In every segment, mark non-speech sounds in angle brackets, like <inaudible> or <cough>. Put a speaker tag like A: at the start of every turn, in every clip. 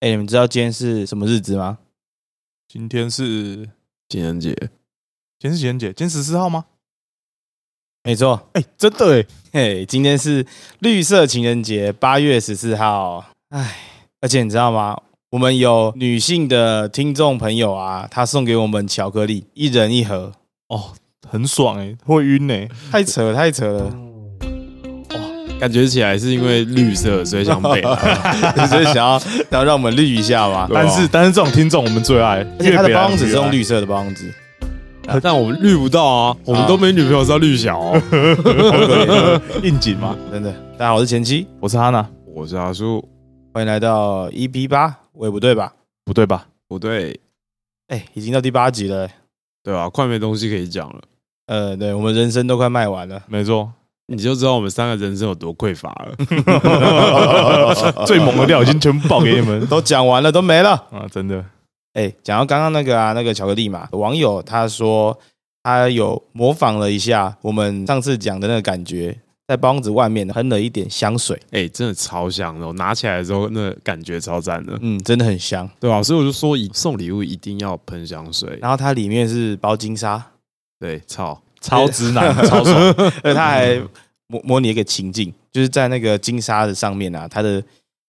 A: 哎、你们知道今天是什么日子吗？
B: 今天是
C: 情人节，
B: 今天是情人节，今天十四号吗？
A: 没错，
B: 哎、真的哎、
A: 嘿，今天是绿色情人节，八月十四号。哎，而且你知道吗？我们有女性的听众朋友啊，她送给我们巧克力，一人一盒，
B: 哦，很爽哎、会晕哎、
A: 太扯了太扯了，
C: 感觉起来是因为绿色，所以
A: <laughs>
C: 想啊北啦。
A: 就是想要想要让我们绿一下嘛。
C: 对啊
B: 但是但是这种听众我们最爱，
A: 而且它的
B: 越北
A: 包
B: 来
A: 装纸
B: 越
A: 是用
B: 爱，
A: 绿色的包装纸，
C: 但我们绿不到啊，我们都没女朋友，是要绿小哦。
A: 好
C: <laughs>
A: 可怜
B: 应景嘛。
A: 真的。大家好，我是前妻，
B: 我是哈娜，
C: 我是阿叔，
A: 欢迎来到 EP 八，我也不对吧？
B: 不对吧？，
C: 不对，
A: 哎、已经到第八集了、
C: 对吧、快没东西可以讲了，
A: 呃，对我们人生都快卖完了
B: 没错，
C: 你就知道我们三个人生有多匮乏了。
B: <laughs>
C: <laughs>
B: 最猛的料已经全部爆给你 <laughs>
A: <laughs>
B: 们
A: 都讲完了，都没了。
B: 啊！真的，
A: 哎、讲到刚刚那个啊，那个巧克力嘛，网友他说他有模仿了一下我们上次讲的那个感觉，在包装纸外面喷了一点香水，
C: 哎、真的超香的，我拿起来的时候那感觉超赞的，
A: 嗯，真的很香。
C: <laughs> 对吧、啊所以我就说，以送礼物一定要喷香水。
A: 然后它里面是包金沙， <laughs>
C: 对，操，
B: 超直男，超爽，
A: 而它还模模拟一个情境，就是在那个金沙的上面啊，它的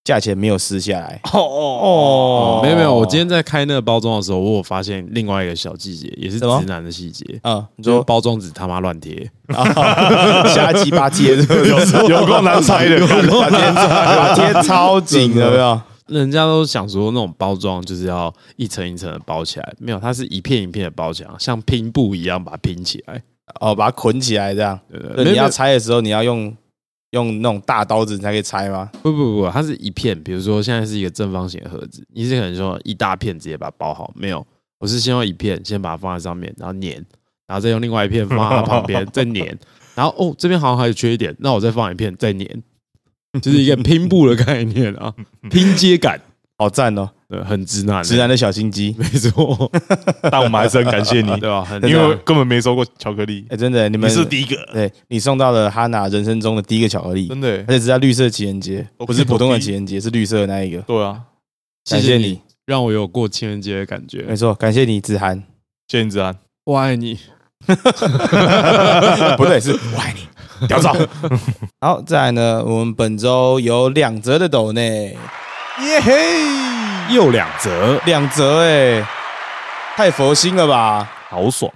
A: 价钱没有撕下来。
B: <laughs> 哦哦 <laughs>
C: 哦，没有没有，我今天在开那个包装的时候，我有发现另外一个小细节，也是
A: 什么
C: 直男的细节。
A: 嗯，你
C: 就是
A: 说
C: 包装纸他妈乱贴，
A: 啊， <laughs> 瞎鸡巴贴，
C: <laughs>
A: 是不是
B: 有 <laughs> 有够难猜的，
A: 把贴把贴超紧的，有没有？
C: 人家都想说那种包装就是要一层一层的包起来，没有，它是一片一片的包起来，像拼布一样把它拼起来。
A: <laughs> 哦，把它捆起来这样。
C: 对对
A: 对，
C: 对，没
A: 你
C: 有
A: 要拆的时候，你要用用那种大刀子你才可以拆吗？
C: 不不不，它是一片，比如说现在是一个正方形的盒子，你是可能说一大片直接把它包好，没有，我是先用一片先把它放在上面，然后粘，然后再用另外一片放在它旁
A: <laughs>
C: 边再粘，然后哦这边好像还有缺一点，那我再放一片再粘，就是一个拼布的概念啊，拼接感，
A: 好赞哦，
C: 对，很直男欸，
A: 直男的小心机。
C: 没错，
B: 但我们还是很感谢你，
C: 对吧？很
B: 因为根本没收过巧克力，
A: 哎，真的，你
B: 啊你
A: 们
B: 是第一个，
A: 对你送到了哈娜人生中的第一个巧克力，
B: 真的欸
A: 而，且是在绿色情人节，
B: OK，
A: 不是普通的
B: OK
A: 情人节，是绿色的那一个。
B: 对啊，
C: 谢
A: 感谢
C: 你
A: 你，
C: 让我有过情人节的感
A: 没
C: 觉，
A: 错，感谢你，子涵。
B: 谢谢你子安，
C: 我爱你。
A: 不对，是我爱你。
B: 屌 <laughs> 照，
A: 好，再来呢，我们本周有两折的斗内，耶嘿，
C: 又两折，
A: 两折哎，太佛心了吧！
B: 好爽，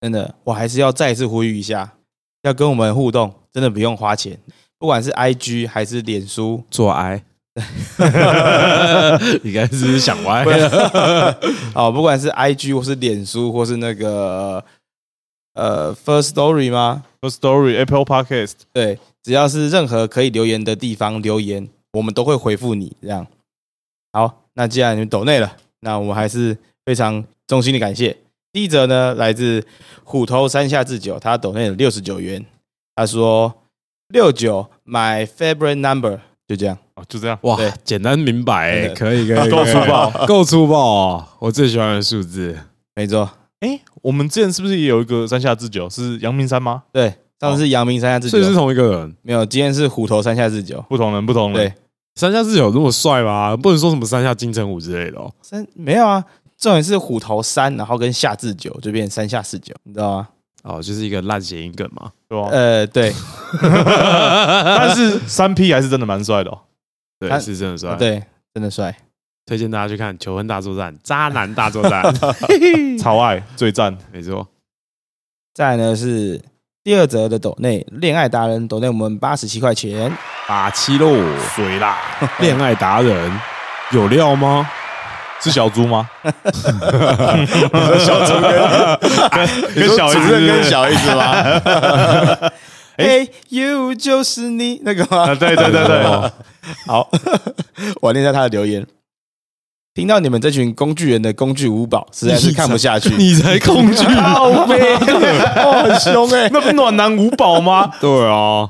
A: 真的，我还是要再次呼吁一下，要跟我们互动，真的不用花钱，不管是 IG 还是脸书，
C: 做爱。你该是想歪
A: 不是
C: 了，
A: 哦，不管是 IG 或是脸书或是那个呃 First Story 吗？
B: First Story Apple Podcast，
A: 对，只要是任何可以留言的地方留言，我们都会回复你。这样，好，那既然你们抖内了，那我们还是非常衷心的感谢。第一则呢，来自虎头山下智久，他抖内了六十九元，他说六九 my favorite number，就这样，
B: 哦，就这样，啊
C: 哇
A: 对，
C: 简单明白欸，
A: 真的
C: 可以可以，
B: 够
C: 可以
B: 粗，暴。
C: 够粗暴哦！我最喜欢的数字，
A: 没错，
B: 哎，我们之前是不是也有一个山下智久是阳明山吗？
A: 对。上次是阳明山下智久
C: 哦所以，是同一个人。
A: 没有，今天是虎头山下智久。
B: 不同人，不同人
A: 对。，
C: 山下智久那么帅吗？不能说什么山下金城武之类的哦。
A: 山没有啊，重点是虎头山，然后跟下智久就变山下四九，你知道吗？
C: 哦，就是一个烂谐音梗嘛。
B: 对吧？
A: 呃，对，
B: <laughs> 但是三 P 还是真的蛮帅的哦。
A: 他
C: 对，是真的帅。，
A: 对，真的帅。
C: 推荐大家去看《求婚大作战》《渣男大作战》。
B: 超爱最赞，
C: 没错，
A: 再来呢是第二则的抖内恋爱达人抖内我们八十七块钱，
C: 把七喽，
B: 水啦！
C: 恋爱达人有料吗？
B: 是小猪吗？
A: 小猪跟
B: 跟小 S
A: 小 S
B: <laughs>
A: 吗？哎，you 就是你那个吗
B: 啊，？对对对对，
A: 好，我念一下他的留言。听到你们这群工具人的工具五宝，实在是看不下去。
C: 你才恐 <laughs> 惧。
A: 好 <laughs> 呗， <laughs> 哦，很凶哎、
B: 那不暖男五宝吗？
C: 对啊，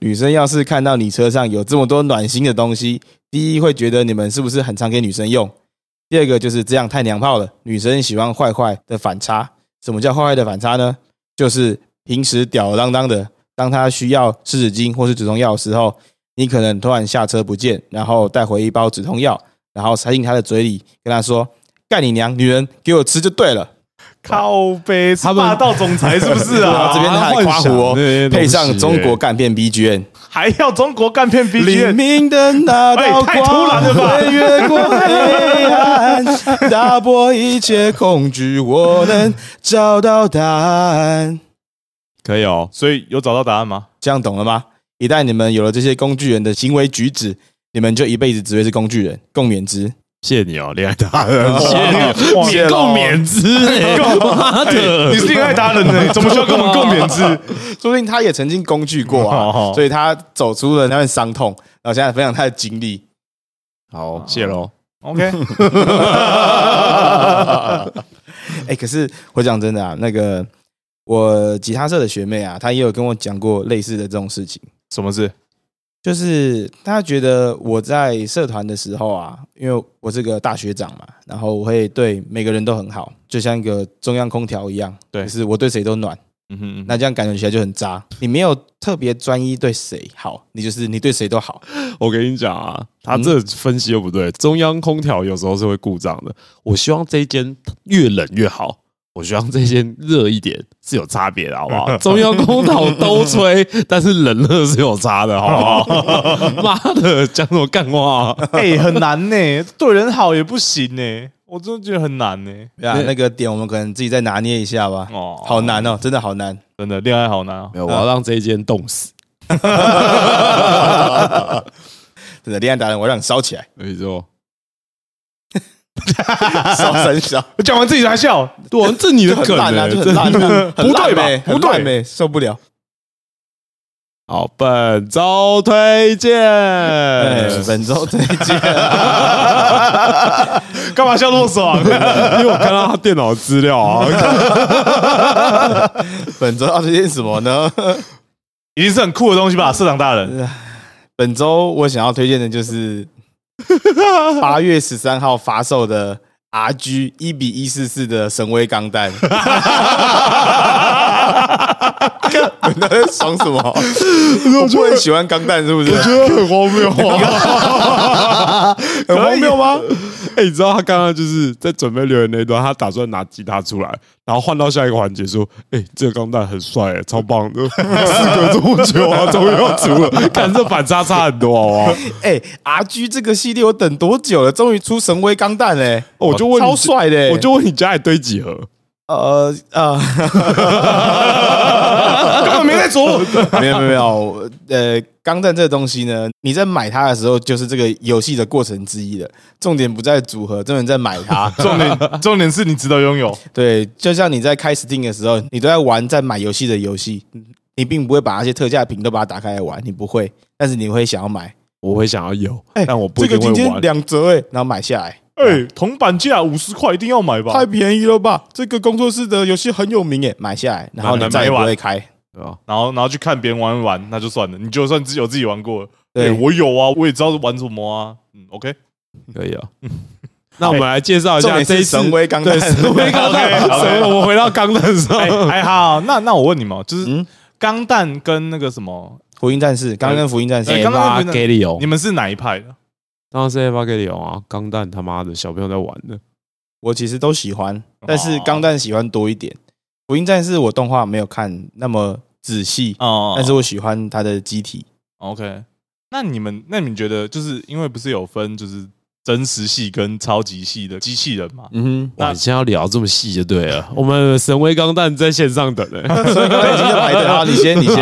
A: 女生要是看到你车上有这么多暖心的东西，第一会觉得你们是不是很常给女生用？第二个就是这样太娘炮了，女生喜欢坏坏的反差。什么叫坏坏的反差呢？就是平时吊儿郎当的，当她需要湿纸巾或是止痛药的时候，你可能突然下车不见，然后带回一包止痛药，然后塞进他的嘴里，跟他说：“干你娘，女人给我吃就对了。？
B: <laughs> 靠背，
C: 他
B: 他
C: 们
B: 霸道总裁是不是
C: <laughs>
B: 啊
A: 这边他还夸胡哦，配上中
C: 哎
A: 国干片 B G M，
B: 还要中国干片 B
A: 黎
B: G，
A: 明的那道
B: 哎太突然
A: 光
B: 了吧
A: 会越过黑暗，打破一切恐惧，我能找到答案。
B: 可以哦。所以有找到答
A: <laughs>
B: 案吗？
A: 这样懂了吗？一旦你们有了这些工具人的行为举止，你们就一辈子只会是工具人，共勉之。
C: 谢谢你哦，恋爱达人，谢
B: 哇
C: 谢你，共勉之，哎妈的，
B: 哎你是恋爱达人呢，怎么需要跟我们共勉之？
A: 说不定他也曾经工具过
B: 哦
A: 啊， <laughs> 所以他走出了那份伤痛，然后现在分享他的经历。
C: 好，谢喽。
B: OK，
A: <laughs> 哎、可是我讲真的啊，那个我吉他社的学妹啊，她也有跟我讲过类似的这种事情，
B: 什么事？
A: 就是她觉得我在社团的时候啊，因为我是个大学长嘛，然后我会对每个人都很好，就像一个中央空调一样，
B: 对
A: 就是我对谁都暖。
B: 嗯哼，
A: 那这样感觉起来就很渣。你没有特别专一对谁好，你就是你对谁都好。
C: <laughs> 我跟你讲啊，他这分析又不对。中央空调有时候是会故障的。我希望这一间越冷越好，我希望这一间热一点是有差别的，好不好？中央空调都吹，但是冷热是有差的，好不好？妈的，讲什么干话、
B: <laughs>
C: 啊？
B: 哎，很难呢，对人好也不行呢，我真的觉得很难呢。
A: 对啊，那个点我们可能自己再拿捏一下吧。
B: 哦
A: 好难哦，真的好难。
B: 真的恋爱好难啊
C: 没！有，我要让这一间冻死。
A: <laughs> 真的，恋爱达人，我让你烧
B: <laughs>
A: 起来，
C: 没错，
A: 烧三烧，
B: 讲完自己还笑， <laughs>
C: 对、啊，这你
A: 就
C: 的
A: 很
C: 梗、
A: 烂啊，
C: 欸，
A: 就
C: 这
A: 很烂啊，
B: 不对吧
A: 很烂欸
B: 不对
A: 很烂欸受不了。
C: 好，本周推荐，
A: 哎，本周推荐
B: 干嘛笑那么爽？ <laughs>
C: 因为我看到他电脑资料啊，
A: <laughs> 本周要推荐什么呢？ <laughs>
B: 一定是很酷的东西吧，社长大 <laughs> 人。
A: 本周我想要推荐的就是
B: <laughs>
A: 八月十三号发售的 RG 一比一四四的神威钢
B: <laughs>
A: 弹。 <laughs> 看我在爽什么？我不很喜欢钢弹，是不是？
C: 很荒谬
A: <laughs>
C: 啊，很荒谬吗？哎、你知道他刚刚就是在准备留言那一段，他打算拿吉他出来，然后换到下一个环节说：“哎、这个钢弹很帅、哎，超棒
A: <laughs>
C: 的。”事隔这么久啊，终于要出了，看这反差差很多，好啊不好？
A: 哎，RG 这个系列我等多久了？终于出神威钢弹嘞！
C: 哦我就问你
A: 超帅的欸，
C: 我就问你家里堆几
A: <laughs>
C: 盒？
A: 呃呃， <laughs>
B: 根本没在琢磨。
A: 没有没有没有，呃，钢弹这个东西呢，你在买它的时候，就是这个游戏的过程之一了。重点不在组合，重点在买
C: <laughs>
A: 它。
B: 重点重点是你值得拥有，
A: <laughs> 对，就像你在开 Steam 的时候，你都在玩在买游戏的游戏，你并不会把那些特价品都把它打开来玩，你不会，但是你会想要买。
C: 我会想要有，
A: 哎
C: 但我不
A: 这个
C: 一定
A: 今
C: 会
A: 天
C: 玩。
A: 两折哎，然后买下来，
B: 哎，铜板价五十块，一定要买吧
A: 太？便宜了吧？这个工作室的游戏很有名哎，买下来，然后你再也不会开。
C: 对吧
B: 然后然后去看别人玩一玩，那就算了。你就算自己有自己玩过，
A: 对
B: 哎我有啊，我也知道是玩什么啊。嗯，OK， <laughs>
C: 可以啊。那我们来介绍一
A: 哎重
C: 下
A: 点
C: 这一
A: 是
C: 次
A: 神威钢弹 <laughs>
C: 对，神
B: <laughs>
C: 威钢弹。
B: OK，OK
C: 神威我们回到钢弹上，
B: 哎还好。那那我问你们哦，就是
A: 嗯
B: 钢弹跟那个什么，
A: <laughs> 福音战士，刚刚跟福音战士
B: 哎，刚刚那个
C: 给你哦
B: 你们是哪一派的？
C: 当然是 A 八 K 里有啊，钢弹他妈的小朋友在玩的，
A: 我其实都喜欢，
C: 哦
A: 但是钢弹喜欢多一点。福音战士我动画没有看那么仔细，
B: 哦
A: 但是我喜欢它的机体。
B: OK，那你们那你们觉得，就是因为不是有分就是真实系跟超级系的机器人嘛？
A: <laughs> 嗯
C: 哇，
B: 那
C: 你现在要聊这么细就对了。我们神威钢弹在线上等呢、
A: <laughs> 哼，所以刚才已经在排队啊，你先，你
C: <laughs>
A: 先，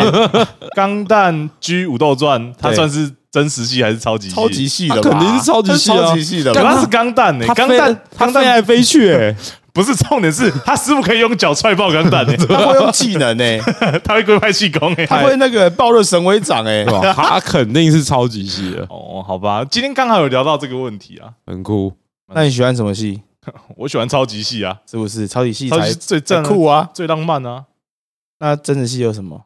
B: 钢弹 G 武斗传，它
A: 对
B: 算是真实系还是超级系？
A: 超级细的吧，
C: 它肯定是超级细啊
A: 它是超级细的
B: 可
A: 吧，
B: 它是钢弹呢，钢弹
C: 它
B: 钢
C: 飞
B: 弹
C: 来飞去、欸，
B: 不是重点是，他师傅可以用脚踹爆钢弹呢，
A: 他会用技能
C: <laughs>
A: 诶、
B: 他会龟派气功哎。
A: 他会那个爆热神威掌诶、
C: 对吧？它肯定是超级细的，
B: 哦，好吧，今天刚好有聊到这个问题啊，
C: 很酷。
A: 那你喜欢什么系？
B: 我喜欢超级系啊，
A: 是不是超级系
B: 超级
A: 才
B: 系最
A: 才
B: 正啊
A: 酷啊？
B: 最浪漫啊，
A: 那真实系有什么？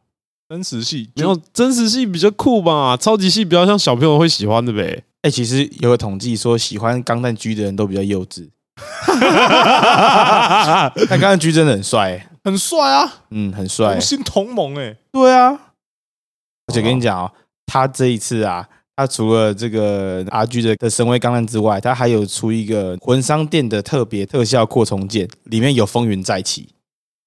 B: 真实系
C: 没有 <laughs> 真实系比较酷吧，超级系比较像小朋友会喜欢的呗。
A: 哎、其实有个统计说，喜欢钢弹狙的人都比较幼稚，但钢弹狙真的很帅、欸，
B: <laughs> 很帅啊，
A: 嗯，很帅、
B: 无
A: 欸。
B: 心同盟哎，
A: 对啊，而且跟你讲哦，他这一次啊，它除了这个 RG 的的神威钢弹之外，它还有出一个魂商店的特别特效扩充件，里面有风云再起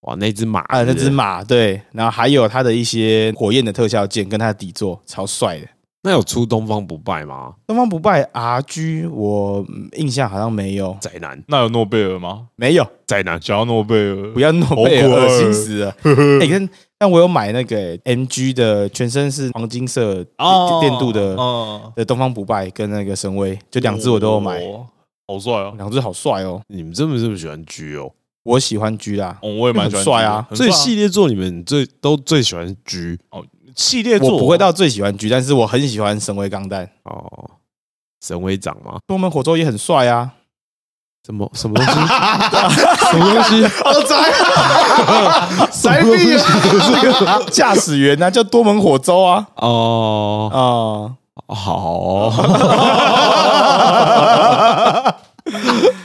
C: 哇，那只马
A: 啊，那
C: 是不
A: 只
C: 是，
A: 马对，然后还有它的一些火焰的特效件跟它的底座，超帅的。
C: 那有出东方不败吗？
A: 东方不败 RG，我嗯印象好像没有，
C: 宅男，
B: 那有诺贝尔吗？
A: 没有，
C: 宅男，
B: 想要诺贝尔？
A: 不要诺贝
B: 好
A: 尔，恶
B: 酷欸
A: 心死了。哎、但但我有买那个、MG 的，全身是黄金色电电镀的、
B: 哦，
A: 的东方不败跟那个神威，就两只我都有买，
B: 哦，好帅哦！
A: 两只好帅哦。
C: 你们这么这么喜欢 G 哦？
A: 我喜欢 G 啦，
B: 哦我也蛮喜欢
A: 很帅啊
B: 这个
C: 所以
B: 很帅啊
C: 系列作你们最都最喜欢 G
B: 系列作
A: 我不会到最喜欢 G，但是我很喜欢神威钢弹。
C: 哦，神威长吗？
A: 多门火舟也很帅啊，
C: 什么什么东
A: <laughs>
C: 西？什么东西？
A: 好哦宅 <laughs> 宅屁啊！ <laughs> 驾驶员呢、叫多门火舟啊
C: 哦，
A: 啊！
C: 好哦，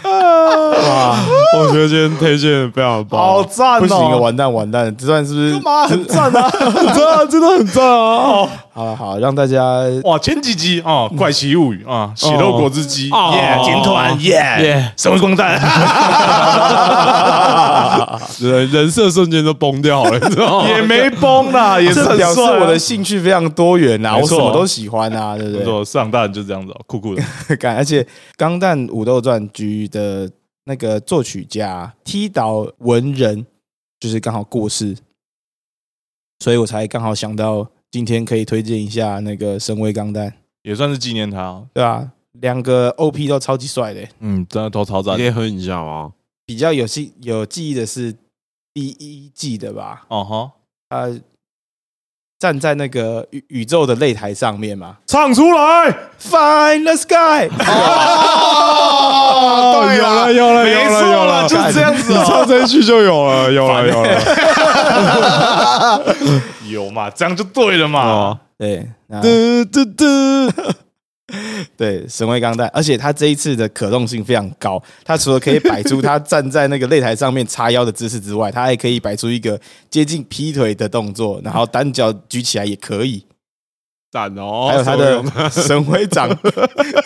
A: 哇，
C: 我觉得今天推荐得非常棒，
B: 好赞哦！
A: 不行啊，完蛋完蛋，这段是不是？
B: 妈很赞
A: <laughs>
B: 啊！
C: 赞啊，真的很赞
B: <laughs>
C: 啊！
A: 好了好，让大家
B: 哇，前几集啊，
A: 嗯
B: 《怪奇物语》啊，《血肉果汁机》
C: 哦
B: 耶，
C: 哦
B: 天团耶，
C: 耶，
B: 神威光蛋
C: 人人设瞬间都崩掉了，你知道 <laughs> 吗？
B: <laughs> 也没崩
A: <laughs>
B: 啦，也是
A: 这
B: 很
A: 表示
B: 帅啊
A: 我的兴趣非常多元呐、啊，
B: 没
A: 我什
B: 错
A: 么都喜欢啊，对不
B: 没
A: 对？
B: 错，上蛋就这样子哦，酷酷的。 <laughs>
A: <laughs> 感，而且《钢弹武斗传》局的那个作曲家踢岛文人，就是刚好过世，所以我才刚好想到今天可以推荐一下那个《神威钢弹》，
B: 也算是纪念他哦。
A: 对吧、啊？两个 OP 都超级帅的、
B: 嗯，真的头超赞
C: 你可。以哼一下吗？
A: 比较有记有记忆的是第一季的吧？
B: 哦哈，
A: 他呃站在那个宇宇宙的擂台上面嘛
B: 唱出来！
A: ，Find the sky，
B: 哦
C: 有了，有了，
B: 没
C: 有
B: 错
C: 了，有
B: 啦，
C: 了，
B: 就是这样子
C: 你
B: 哦。
C: 唱这一啊句就有了，有了，有 <laughs> 了。
B: 有嘛，这样就对了嘛
C: 哦。
A: <laughs> 对，那
C: 嘟嘟嘟，
A: 对，神威钢弹，而且它这一次的可动性非常高。它除了可以摆出它站在那个擂台上面叉腰的姿势之外，它还可以摆出一个接近劈腿的动作，然后单脚举起来也可以。
C: 赞哦！
A: 还有它
C: 什么用
A: 的 <laughs> 神威掌，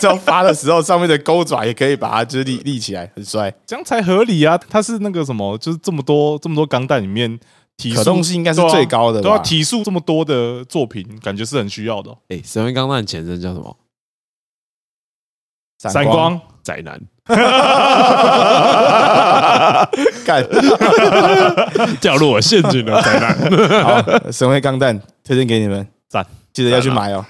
A: 要发的时候上面的钩爪也可以把它就是立立起来，很帅。
B: 这样才合理啊！它是那个什么，就是这么多这么多钢弹里面体
A: 可
B: 速
A: 动性应该是最高的
B: 对啊，
A: 吧？
B: 体速这么多的作品，感觉是很需要的哦。
C: 哎，神威钢弹前身叫什么？
A: 闪
B: 闪光，
C: <laughs> 宅男，
A: <laughs> 干，
C: <laughs> 掉入我陷阱了，宅男。
A: 好，神威钢弹推荐给你们，
B: 赞，
A: 记得要去买哦。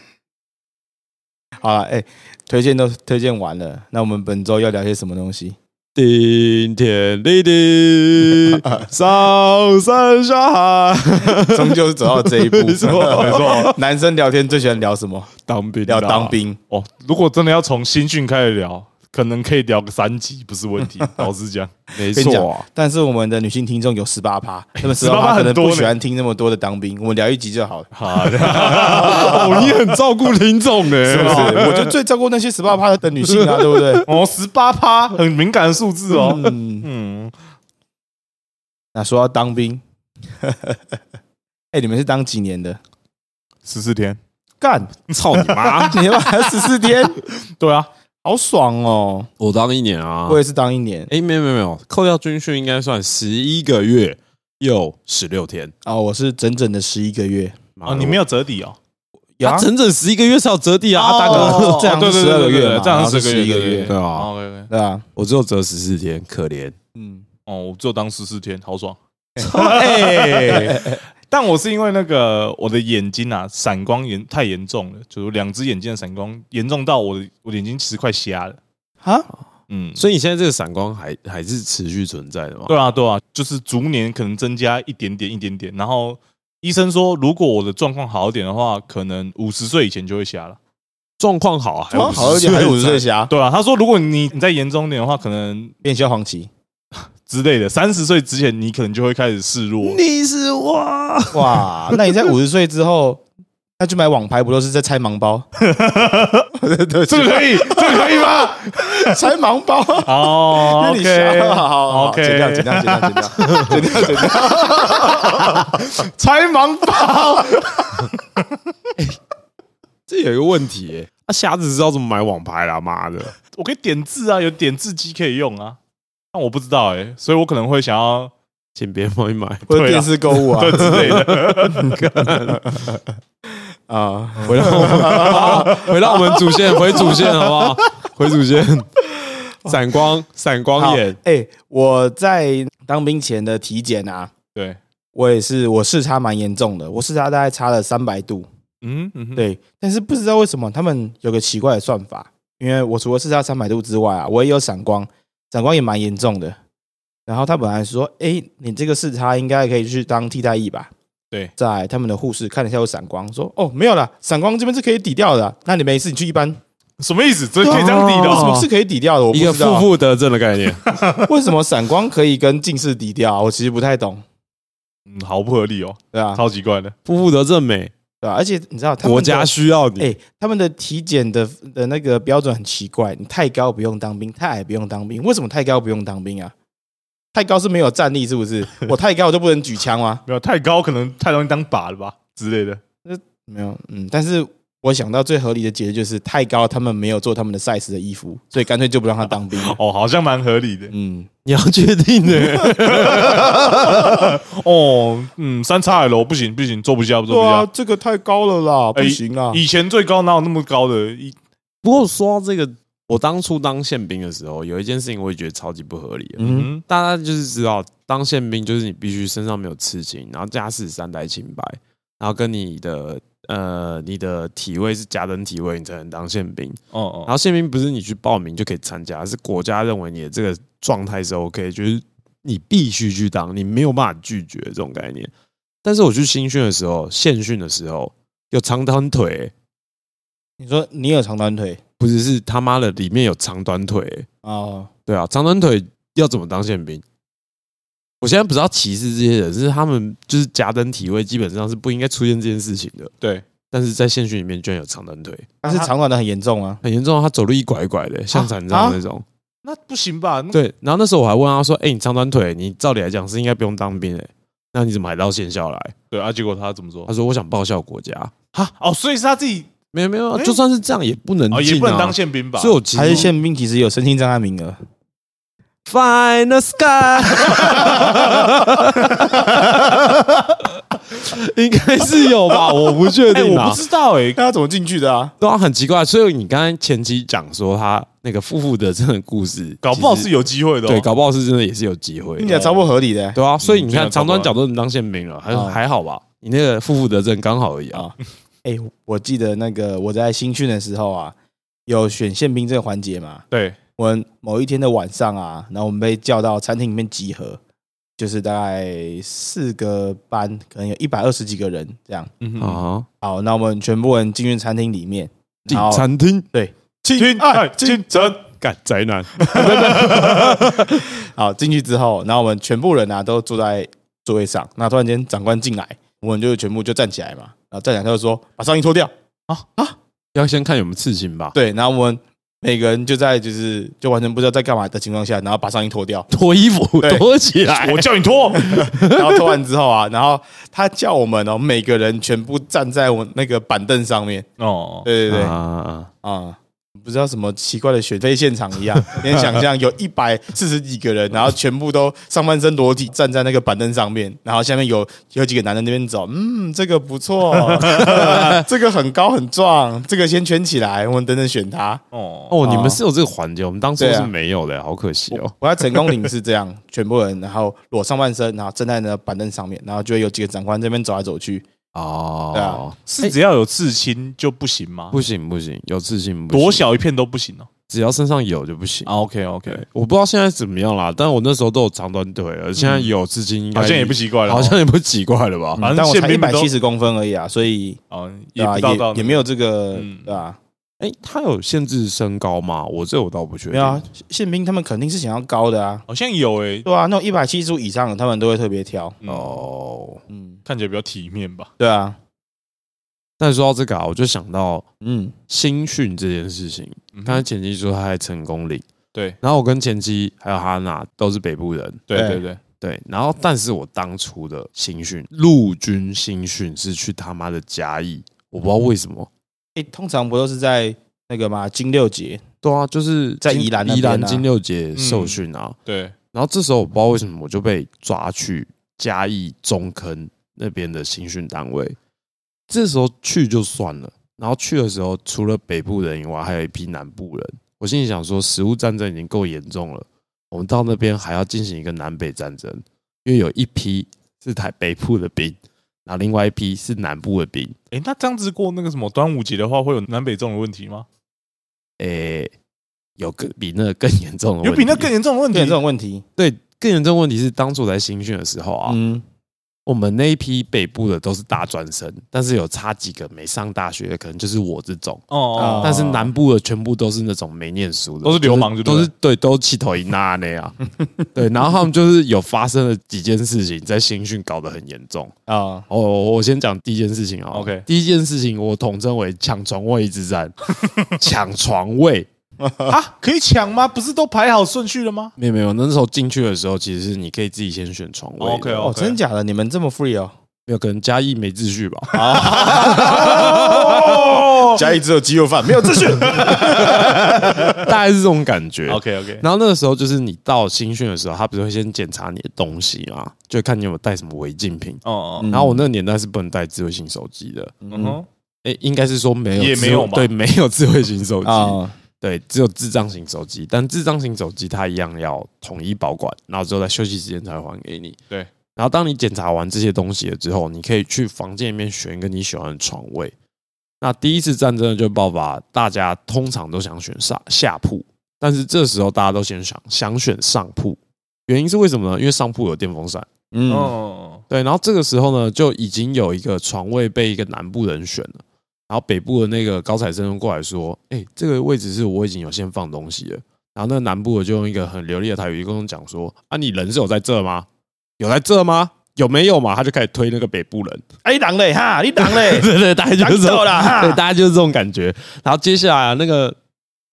A: 好了，哎、推荐都推荐完了，那我们本周要聊些什么东西？ <laughs>
C: 顶天立地，上山下海，
A: 终究是走到这一步，
C: 没错没错。
A: <laughs> 男生聊天最喜欢聊什么？
C: 当兵
A: 聊
C: 的啊
A: 当。兵。
B: 哦，如果真的要从新训开始聊，可能可以聊个三集，不是问题。 <laughs> 老实讲，
C: 没
A: 跟你
C: 错啊
A: 讲，，但是我们的女性听众有十八趴，他们十八
B: 18%
A: 趴可能
B: 很多
A: 不
B: 呢
A: 喜欢听那么多的当兵，我们聊一集就好了。
B: 好的，
C: 哦，你很照顾听众呢，
A: 是 <laughs> 不是？我就最照顾那些十八趴的女性啊，对不对？
B: 哦，十八趴，很敏感的数字哦。
A: 嗯，
B: 嗯，
A: 那说到当兵， <laughs> 哎，你们是当几年的？
B: 十四天，
A: 干，
C: 操你妈！
A: <laughs> 你们还十四天，
B: 对啊，
A: <laughs> 好爽哦！
C: 我当一年啊
A: 我，也是当一年
C: 哎，没有没有没有，扣掉军训应该算十一个月又十六天。
A: 啊，我是整整的十一个月。
B: 哦，你没
C: 有，
B: 有折抵哦，
A: 有啊
C: 他整整十一个月是要折抵啊，啊大
A: 哦
C: 哥。
A: 这样
B: 对对
A: 12个月
B: 对对
A: 嘛
B: 这样
A: 然后
B: 是
A: 是
B: 11
A: 11个月
C: 对啊，
B: 哦，OK OK，
A: 对吧？
C: <laughs> 我只有折十四天，可怜。
A: <laughs> 嗯，
B: 哦，我就当十四天，好爽。
C: 哎，
A: <laughs>
B: 但我是因为那个我的眼睛啊，散光严太严重了，就是两只眼睛的散光严重到我的我的眼睛其实快瞎了。
A: 啊，
B: 嗯，
C: 所以你现在这个闪光还还是持续存在的吗？
B: 对啊对啊，就是逐年可能增加一点点一点点。然后医生说，如果我的状况好一点的话，可能五十岁以前就会瞎了。
C: 状况好啊，还
A: 好好一点，还是五十岁侠
B: 对啊，他说如果你你再严重一点的话，可能
A: 变消黄旗。
B: 之类的，三十岁之前你可能就会开始示弱。
C: <laughs> 你是我，
A: <laughs> 哇，那你在五十岁之后，那去买网拍，不都是在拆盲包？ <laughs> 对，
B: 这个可以，这个可以吗？
A: 拆盲 <laughs> 包。
B: 哦
A: 因为你瞎好好好
B: OK
A: 剪掉，剪掉，剪掉，剪掉， <laughs> 剪掉，剪掉。
B: 拆盲包，
C: 这有一个问题耶、那瞎子知道怎么买网拍啦，妈 <laughs> 的！
B: 我可以点字啊，有点字机可以用啊，但我不知道哎、所以我可能会想要
C: 请别人帮你买，
A: 或者
B: 对啊
A: 电视购物啊
B: 对之类的。
A: <laughs> 啊，
C: <laughs> 回到我们 <laughs> 回到我们主线，回主线好不好？回主线， <laughs> 闪光闪光
A: 好
C: 眼，
A: 哎，我在当兵前的体检啊，
B: 对，
A: 我也是我视差蛮严重的，我视差大概差了三百度，
B: 嗯，嗯哼，
A: 对，但是不知道为什么他们有个奇怪的算法，因为我除了视差三百度之外啊，我也有散光，散光也蛮严重的。然后他本来说，哎，你这个视差应该可以去当替代役吧？
B: 对
A: 在他们的护士看了一下有散光，说，哦，没有啦，散光这边是可以抵掉的啊，那你没事，你去一班。
B: 什么意思？这可以这样抵
A: 为
B: 的
A: 什
B: 哦？
A: 么是可以抵掉的？我不
C: 一个
A: 知道
C: 负负得正的概 <laughs> 念。
A: 为什么散光可以跟近视抵掉啊、我其实不太懂，
B: 嗯，好不合理哦，
A: 对吧、啊？
B: 超奇怪的。
C: 负负得正美，
A: 对啊吧、而且你知道他们的
C: 国家需要你。
A: 哎、他们的体检的的那个标准很奇怪，你太高不用当兵，太矮不用当兵。为什么太高不用当兵啊？太高是没有战力是不是？我太高我就不能举枪吗？
B: 没有太高，可能太容易当靶了吧之类的。
A: 没有，嗯，但是我想到最合理的解决就是太高，他们没有做他们的 size 的衣服，所以干脆就不让他当
C: <laughs>
A: 兵。
B: 哦，好像蛮合
A: <laughs>
B: 理的。
A: 嗯，
C: 你要确定的，
B: 哦，嗯，三叉 L 不行不行，做不下做
A: 对
B: 不
A: 啊，
B: 下。
A: 这个太高了啦，不
B: 哎
A: 行啊。
B: 以前最高哪有那么高的？一
C: <laughs> 不过说到这个，我当初当宪兵的时候，有一件事情我也觉得超级不合理的。
A: 嗯，
B: 嗯，
C: 大家就是知道，当宪兵就是你必须身上没有刺青，然后家世三代清白，然后跟你的呃你的体位是甲等体位，你才能当宪兵。
B: 哦哦，
C: 然后宪兵不是你去报名就可以参加，是国家认为你的这个状态是 OK，就是你必须去当，你没有办法拒绝这种概念。但是我去新训的时候，现训的时候有长短腿欸、
A: 你说你有长短腿
C: 不只是他妈的里面有长短腿欸、
A: 哦，
C: 对啊，长短腿要怎么当宪兵？我现在不知道歧视这些人，是他们就是甲等体位基本上是不应该出现这件事情的。
B: 对，
C: 但是在现训里面居然有长短腿，
A: 但是长短的很严重啊。
C: 很严重啊。他走路一拐一拐的，像残障那种。
B: 那不行吧？那
C: 对，然后那时候我还问他说：“哎、你长短腿，你照理来讲是应该不用当兵哎、那你怎么还到县校来
B: 对啊，结果他怎么？”说
C: 他？说：“我想报效国家。
B: 哈，哦，所以是他自己
C: 没有没有，
B: 哎
C: 就算是这样也不能进、啊
B: 哦，也不能当宪兵吧？
C: 所以我其
A: 还
C: 实
A: 是宪兵其实有身心障碍名额，
C: Find the sky，应该是有吧？我不确
B: 哎，
C: 定
B: 我
C: 啊
B: 不，知道哎，
A: 那他怎么进去的啊？
C: 对啊，很奇怪。所以你刚才前期讲说他那个负负得正的故事，
B: 搞不好
C: 其
B: 是
C: 实
B: 有机会的哦。
C: 对，搞不好是真的也是有机会的
A: 你。俩超不合理的欸、
C: 对啊，所以你
B: 这
C: 看
B: 样
C: 长
B: 搞不好
C: 短脚都能当宪兵了，还
A: 哦
C: 还好吧？你那个负负得正刚好而已啊。
A: 啊哎、我记得那个我在新训的时候啊，有选宪兵这个环节嘛。
B: 对，
A: 我们某一天的晚上啊，然后我们被叫到餐厅里面集合，就是大概四个班，可能有一百二十几个人这样。
B: 嗯哼
C: 啊，
A: 好，那我们全部人进去餐厅里面，
C: 进
A: 然后
C: 餐厅
B: 亲爱清晨，
C: 干宅男，
A: <laughs> 好进去之后，然后我们全部人啊都坐在座位上。那突然间长官进来，我们就全部就站起来嘛。然后站起来他就说：“把上衣脱掉。”
C: 要先看有没有刺青吧？
A: 对，然后我们每个人就在就是就完全不知道在干嘛的情况下，然后把上衣脱掉，
C: 脱衣服
A: 对
C: 脱起来，
B: 我叫你脱。
A: 然后脱完之后啊，然后他叫我们哦，每个人全部站在我那个板凳上面，
B: <laughs> 哦，
A: 对对对
C: 啊
A: 啊、
C: 啊啊
A: 不知道什么奇怪的选妃现场一样，你能想象有一百四十几个人，然后全部都上半身裸体站在那个板凳上面，然后下面有有几个男的那边走，嗯，这个不错，哦 <laughs> 这个很高很壮，这个先圈起来，我们等等选他。
B: 哦，
C: 哦，你
A: 啊
C: 们是有这个环节，我们当初
A: 对啊
C: 是没有的，好可惜哦。
A: 我在成功岭是这样， <laughs> 全部人然后裸上半身，然后站在那板凳上面，然后就会有几个长官这边走来走去。对
C: 哦
A: 啊，
B: 是只要有刺青就不行吗？
C: 不行不行，有自信不行
B: 多，小一片都不行哦。
C: 只要身上有就不行。
B: 啊，OK OK，
C: 对，我不知道现在怎么样啦，但我那时候都有长短腿了，现在有刺青应该
B: 好像也不奇怪了哦，嗯
C: 好像也不奇怪了吧？
B: 反
A: 但
B: 正
A: 我
B: 宪
A: 才一
B: 兵
A: 百
B: 们都
A: 七十公分而已啊，所以
B: 哦，
A: 对
B: 也
A: 啊
B: 不到到
A: 也也没有这个
B: 嗯
A: 对啊吧？
C: 哎，他有限制身高吗？我这我倒不确
A: 没有啊
C: 定。，
A: 宪兵他们肯定是想要高的啊，
B: 好像有诶，
A: 对啊，那种一百七十五以上的他们都会特别挑。
B: 哦，
C: 哦，
A: 嗯，
B: 看起来比较体面吧？
A: 对啊，
C: 但说到这个啊，我就想到
A: 嗯，
C: 新训这件事情。
B: 嗯
C: 刚才前妻说他在成功岭，
B: 对
C: 然后我跟前妻还有哈娜都是北部人，
B: 对
A: 对
B: 对对，
C: 对。然后，但是我当初的新训，陆军
B: 嗯
C: 新训是去他妈的嘉义，我不知道为什么。
A: 哎诶，通常不都是在那个嘛金六节，
C: 对啊，就是
A: 在
C: 金
A: 宜兰那
C: 宜
A: 边啊嗯
C: 兰金六节受训啊。
B: 对，
C: 然后这时候我不知道为什么我就被抓去嘉义中坑那边的新训单位。这时候去就算了，然后去的时候除了北部人以外，还有一批南部人。我心里想说，食物战争已经够严重了，我们到那边还要进行一个南北战争，因为有一批是台北部的兵，然后另外一批是南部的兵。
B: 哎，那这样子过那个什么端午节的话，会有南北粽的问题吗？
C: 诶、有更比那个更严重的问题，
B: 有比那更严重的问
A: 有
B: 题
A: 点这？种问题。
C: 对更严重的问题是，当初我在新训的时候啊，
A: 嗯，
C: 我们那一批北部的都是大专生，但是有差几个没上大学的，可能就是我这种。
B: 哦，
C: 但是南部的全部都是那种没念书的，
B: 都是流氓就对
C: 都
B: 了
C: 是对，都气头一拉那
B: <laughs>
C: 样。对，然后他们就是有发生了几件事情，在新训搞得很严重。
A: 啊，
C: 哦，我先讲第一件事情啊。
B: OK
C: 第一件事情我统称为抢床位之战，抢床位。
B: 啊，可以抢吗？不是都排好顺序了吗？
C: 没有没有，那时候进去的时候，其实是你可以自己先选床位的。
B: OK，
A: 哦，真的假的？你们这么 free 哦？
C: 没有可能嘉义没秩序吧？
A: <laughs>
B: 哦
A: 家里只有鸡肉饭，没有秩序。
C: <laughs> 大概是这种感觉。
B: ，OK OK，
C: 然后那个时候就是你到新训的时候，他不是会先检查你的东西嘛，就看你有没有带什么违禁品。
B: 哦
A: 嗯
C: 然后我那个年代是不能带智慧型手机的，
B: 嗯哼，
C: 诶，应该是说没有智
B: 也
C: 慧，
B: 没有吧哦
C: 对，没有智慧型手机，
A: 啊，
C: 对，只有智障型手机。但智障型手机它一样要统一保管，然后之后在休息时间才会还给你。
B: 对。
C: 然后当你检查完这些东西了之后，你可以去房间里面选一个你喜欢的床位。那第一次战争就爆发，大家通常都想选下下铺，但是这时候大家都先想想选上铺，原因是为什么呢？因为上铺有电风扇。
A: 嗯，
B: 哦，
C: 对，然后这个时候呢，就已经有一个床位被一个南部人选了，然后北部的那个高材生过来说：“哎、这个位置是我已经有先放东西了。”然后那个南部的就用一个很流利的台语跟我讲说：“啊，你人是有在这吗？有在这吗？有没有嘛？”他就开始推那个北部人，
A: 哎，你挡嘞哈，你挡嘞，
C: <laughs> 对对，大家就是
A: 挡
C: 这种
A: 走了哈
C: 对，大家就是这种感觉。然后接下来、啊、那个，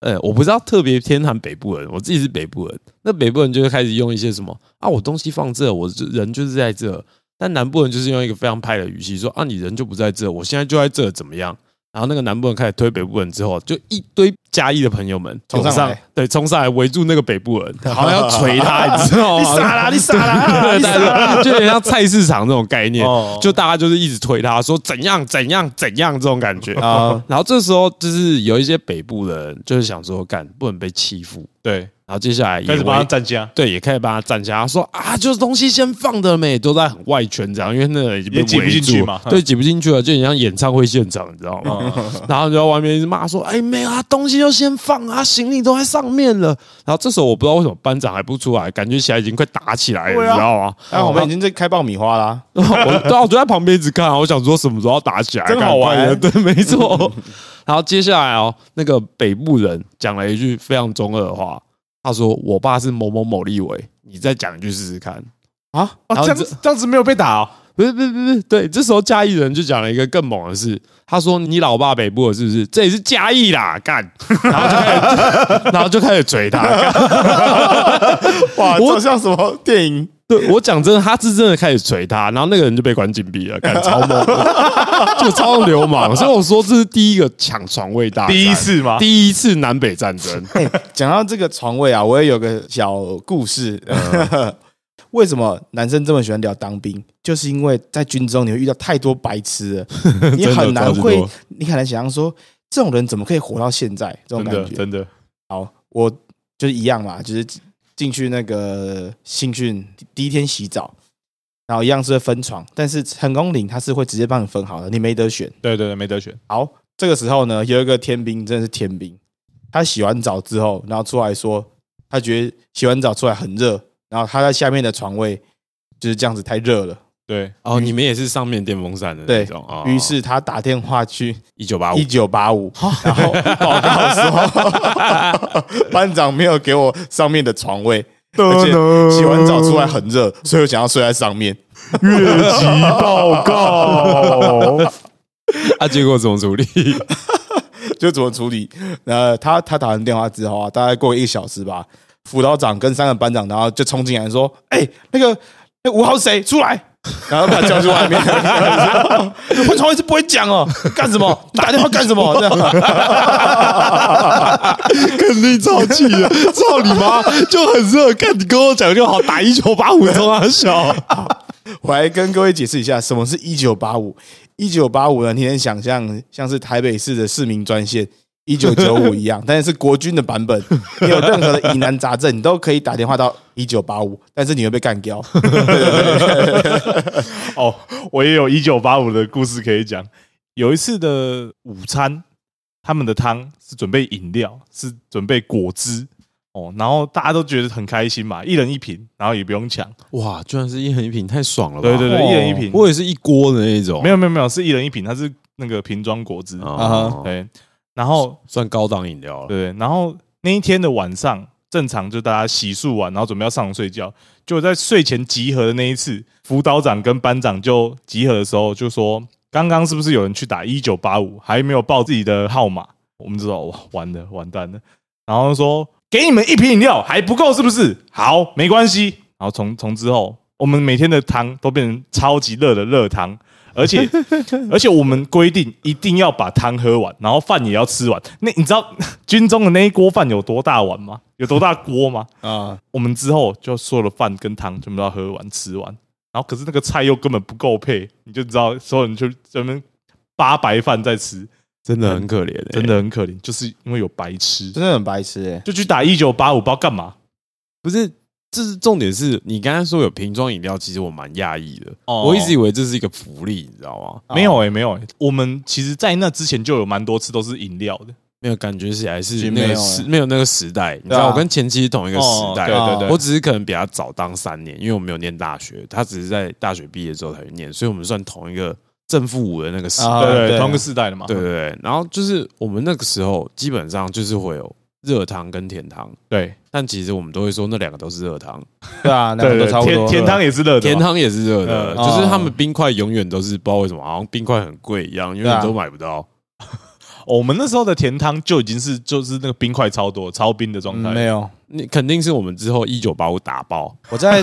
C: 呃，我不知道特别偏袒北部人，我自己是北部人，那北部人就会开始用一些什么啊，我东西放这，我就人就是在这。但南部人就是用一个非常派的语气说啊，你人就不在这，我现在就在这，怎么样？然后那个南部人开始推北部人之后，就一堆嘉义的朋友们
A: 冲上来
C: 对，冲上来围住那个北部人， <laughs> 好像要捶他， <laughs> 你知道吗？
A: 你傻啦，你傻啦，
C: <laughs>
A: 你傻啦。
C: 就有点像菜市场这种概念
B: 哦，
C: 就大家就是一直推他说怎样怎样怎样这种感
B: <laughs>
C: 觉
B: 哦
A: 啊
C: 然后这时候就是有一些北部的人就是想说，干不能被欺负，
B: 对，
C: 然后接下来也
B: 开始帮他
C: 为
B: 站家，
C: 对，也开始帮他站起来，他说啊，就是东西先放的没，都在很外圈这样，因为那个已经被
B: 也挤不
C: 围
B: 进去
C: 住
B: 嘛嗯
C: 对，挤不进去了，就很像演唱会现场，你知道吗？
B: 哦
C: <laughs> 然后就在外面一直骂说：“哎、没有啊，东西就先放啊，行李都在上面了。”然后这时候我不知道为什么班长还不出来，感觉起来已经快打起来了，
B: 对
C: 你
B: 啊
C: 知道吗？
A: 那我们已经在开爆米花啦。
C: 然后 <laughs> 我对啊，我就在旁边一直看啊，我想说什么时候要打起来，
B: 真好玩
C: 赶快的对，没错。 <laughs> 然后接下来哦，那个北部人讲了一句非常中二的话，他说：“我爸是某某某立委，你再讲一句试试看。”
A: 啊，
B: 哦
C: 然后
B: 这样
C: 这
B: 子这样子没有被打哦，
C: 不是不是不是，对，这时候嘉义人就讲了一个更猛的事，他说：“你老爸北部的是不是？这也是嘉义啦，干！”然后就开始，然 <laughs> 后就开始捶他。干
A: 哇，
C: 我
A: 这像什么电 <laughs> 影？
C: 对我讲真的，他是真的开始捶他，然后那个人就被关禁闭了，
B: <laughs>
C: 干超猛的，就超流氓。所以我说这是第一个抢床位大战
B: 啊第一次吗？
C: 第一次南北战争。
A: 哎讲到这个床位啊，我也有个小故事。 <laughs> 为什么男生这么喜欢聊当兵？就是因为在军中你会遇到太多白痴了，你很难
C: 真
A: 会
C: 的超级多，
A: 你很难想象说这种人怎么可以活到现在这种
B: 真
A: 感
B: 的
A: 觉。
B: 真的，
A: 好，我就是一样嘛，就是进去那个新训第一天洗澡，然后一样是会分床，但是成功岭它是会直接帮你分好的，你没得选。
B: 对对对，没得选，
A: 好，这个时候呢，有一个天兵，真的是天兵，他洗完澡之后，然后出来说，他觉得洗完澡出来很热，然后他在下面的床位就是这样子太热了，
B: 对，
C: 哦，你们也是上面电风扇的那
A: 对
C: 种啊。
A: 于是他打电话去
C: 一九八五
A: 一，九八五，然后报告说 <laughs> 班长没有给我上面的床位，而且洗完澡出来很热，所以我想要睡在上面。
B: 越级报告，
C: <laughs> 啊，结果怎么处 <laughs> 理？
A: 就怎么处理？呃，他他打完电话之后啊，大概过一个小时吧，辅导长跟三个班长，然后就冲进来说：“哎、那个那吴豪谁出来？”然后把他叫去外面，会传一次不会讲哦，干什么？你打电话干什么？这样，
C: 肯定超气的，操你妈！就很适合看你跟我讲就好，打一九八五中啊小，
A: 我来跟各位解释一下，什么是一九八五？一九八五呢？你能想象像是台北市的市民专线一九九五一样， <laughs> 但是是国军的版本。你有任何的疑难杂症，你都可以打电话到一九八五，但是你会被干掉。
B: 哦，我也有一九八五的故事可以讲。有一次的午餐，他们的汤是准备饮料，是准备果汁哦，然后大家都觉得很开心嘛，一人一瓶，然后也不用抢。
C: 哇，居然是一人一瓶，太爽了吧！
B: 对对对，
A: 哦
B: 一人一瓶。
C: 我也是一锅的那一种，
B: 没有没有没有，是一人一瓶，它是那个瓶装果汁。
C: 啊，对，
B: 对，然后
C: 算高档饮料了。
B: 对，然后那一天的晚上，正常就大家洗漱完，然后准备要上床睡觉，就在睡前集合的那一次，辅导长跟班长就集合的时候就说，刚刚是不是有人去打一九八五，还没有报自己的号码？我们知道，哇，完了，完蛋了。然后说给你们一瓶饮料还不够是不是？好，没关系。然后从从之后，我们每天的汤都变成超级热的热汤，而且而且我们规定一定要把汤喝完，然后饭也要吃完。那你知道 <laughs> 军中的那一锅饭有多大碗吗？有多大锅吗？
A: 啊，
B: 我们之后就所有的饭跟汤全部都要喝完吃完，然后可是那个菜又根本不够配，你就知道所有人就专门八白饭在吃，
C: 真的很可怜、欸，
B: 真的很可怜，就是因为有白痴
A: 真的很白痴哎、
B: 就去打一九八五，不知道干嘛。
C: 不是。这是重点是，你刚刚说有瓶装饮料，其实我蛮讶异的。
B: 哦
C: 我一直以为这是一个福利，你知
A: <laughs>
C: 道吗？
A: 啊
B: 没有哎、没有哎、我们其实，在那之前就有蛮多次都是饮料的。
C: 没有感觉起来是
A: 实
C: 那
A: 没
C: 个
A: 有
C: 时
A: 欸
C: 没有那个时代，你知
A: 对
C: 道，
A: 啊
C: 我跟前妻是同一个时代，
B: 哦对对对
C: 我只是可能比他早当三年，因为我没有念大学，他只是在大学毕业之后才去念，所以我们算同一个正负五的那个时代。
A: 啊
B: 对对
A: 对
B: 同个世代的嘛。
C: 对对对，然后就是我们那个时候基本上就是会有热汤跟甜汤，
B: 对
C: 但其实我们都会说那两个都是热汤，
A: 对啊，两
B: 对
A: 个都差
B: 啊对，
A: 不多
B: 甜
A: 了。
B: 甜汤也是热的嘛，
C: 甜汤也是热的，
B: 嗯
C: 就是他们
A: 哦
C: 冰块永远都是不知道为什么，好像冰块很贵一样，永
A: 对
C: 远
A: 啊
C: 都买不到。
B: 哦我们那时候的甜汤就已经是就是那个冰块超多、超冰的状
A: 嗯
B: 态。
A: 没有，
C: 你肯定是我们之后一九八五打
B: <laughs>
C: 爆，
A: 我在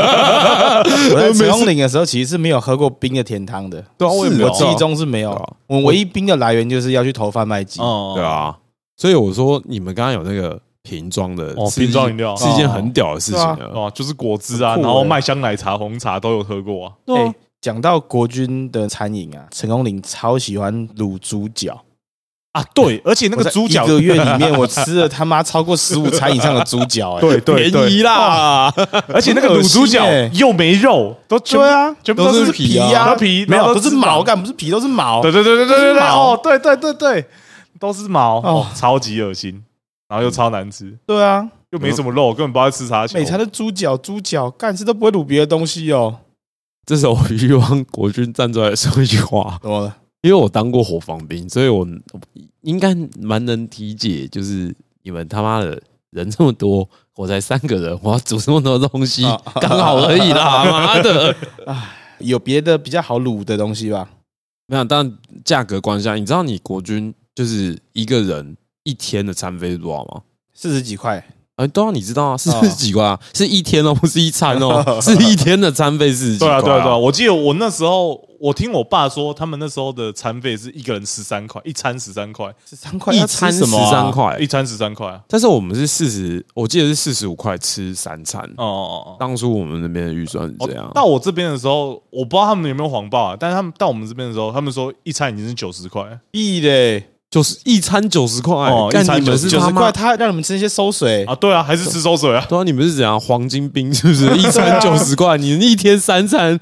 A: 我在陈永岭的时候，其实是没有喝过冰的甜汤的。
B: <laughs> 对啊我也没有
A: 我记忆中是没有
C: 对啊。
A: 我唯一冰的来源就是要去投贩卖机。
B: <laughs> 哦
C: 对，啊，所以我说你们刚刚有那个瓶装的
B: 哦
C: 是一
B: 瓶装饮料
C: 是一件很屌的事情啊了。
B: 哦，就是果汁啊，
A: 很酷
B: 然后
A: 欸
B: 麦香奶茶、红茶都有喝过啊。
C: 对啊
A: 哎，讲到国军的餐饮啊，陈永岭超喜欢卤猪脚。
B: 啊，对，而且那
A: 我
B: 个
A: 在
B: 猪脚
A: 一个月里面，我吃了他妈超过十五餐以上的猪脚。哎，
B: <laughs> 对对
C: 便
B: 对，
C: 宜啦，
B: 而且那个
A: 很恶
B: 卤
A: 心
B: 猪脚
A: 欸
B: 又没肉，都全部
A: 对啊
B: 全部
C: 都
B: 是
C: 是皮啊
B: 都皮
A: 没
B: 然后
A: 有，都是
B: 脂肪
A: 毛，干不是皮，都是毛。
B: 对对对对对对
A: 都是
B: 对，
A: 毛
B: 哦，对对对对，都是毛，
A: 哦
B: 哦，超级恶心，然后又超难吃，
A: 对啊，
B: 又没什么肉，根本不知道在吃啥球。
A: 每餐都猪脚，猪脚，干是都不会卤别的东西哦。
C: 这时候我必须帮国军站出来说一句话，
A: 怎么了？
C: 因为我当过火防兵，所以我应该蛮能理解，就是你们他妈的人这么多，我才三个人，我要煮这么多东西
A: 啊，
C: 刚好而已啦，妈的！
A: 有别的比较好卤的东西吧？
C: 没有，但价格关系啊，你知道你国军就是一个人一天的餐费是多少吗？
A: 四十几块，，
C: 哎，当然你知道啊，四十几块啊，是一天哦，不是一餐哦是一天的餐费四十几
B: 对
C: 块、
B: 啊，对啊，对啊！
C: 啊，
B: 我记得我那时候，我听我爸说，他们那时候的餐费是一个人十三块，一餐十三块，
A: 十三块
C: 一
A: 要吃
C: 餐十
A: 什么啊
C: 三块
B: 一，餐十三块啊。
C: 但是我们是四十，我记得是四十五块吃三餐。
B: 哦哦哦
C: 当初我们那边的预算是
B: 哦
C: 这样，
B: 到我这边的时候，我不知道他们有没有谎报啊，但是他们到我们这边的时候，他们说一餐已经是九十块了，
A: 必嘞，
C: 就是一餐九十块
B: 哦，
C: 干
B: 一餐
C: 你们是
A: 九
C: 他
A: 十块
C: 妈。
A: 他让你们吃那些馊水
B: 啊，对啊，还是吃馊水啊， <laughs>
C: 对啊，你们是怎样黄金兵是不是？一餐九十块，你一天三餐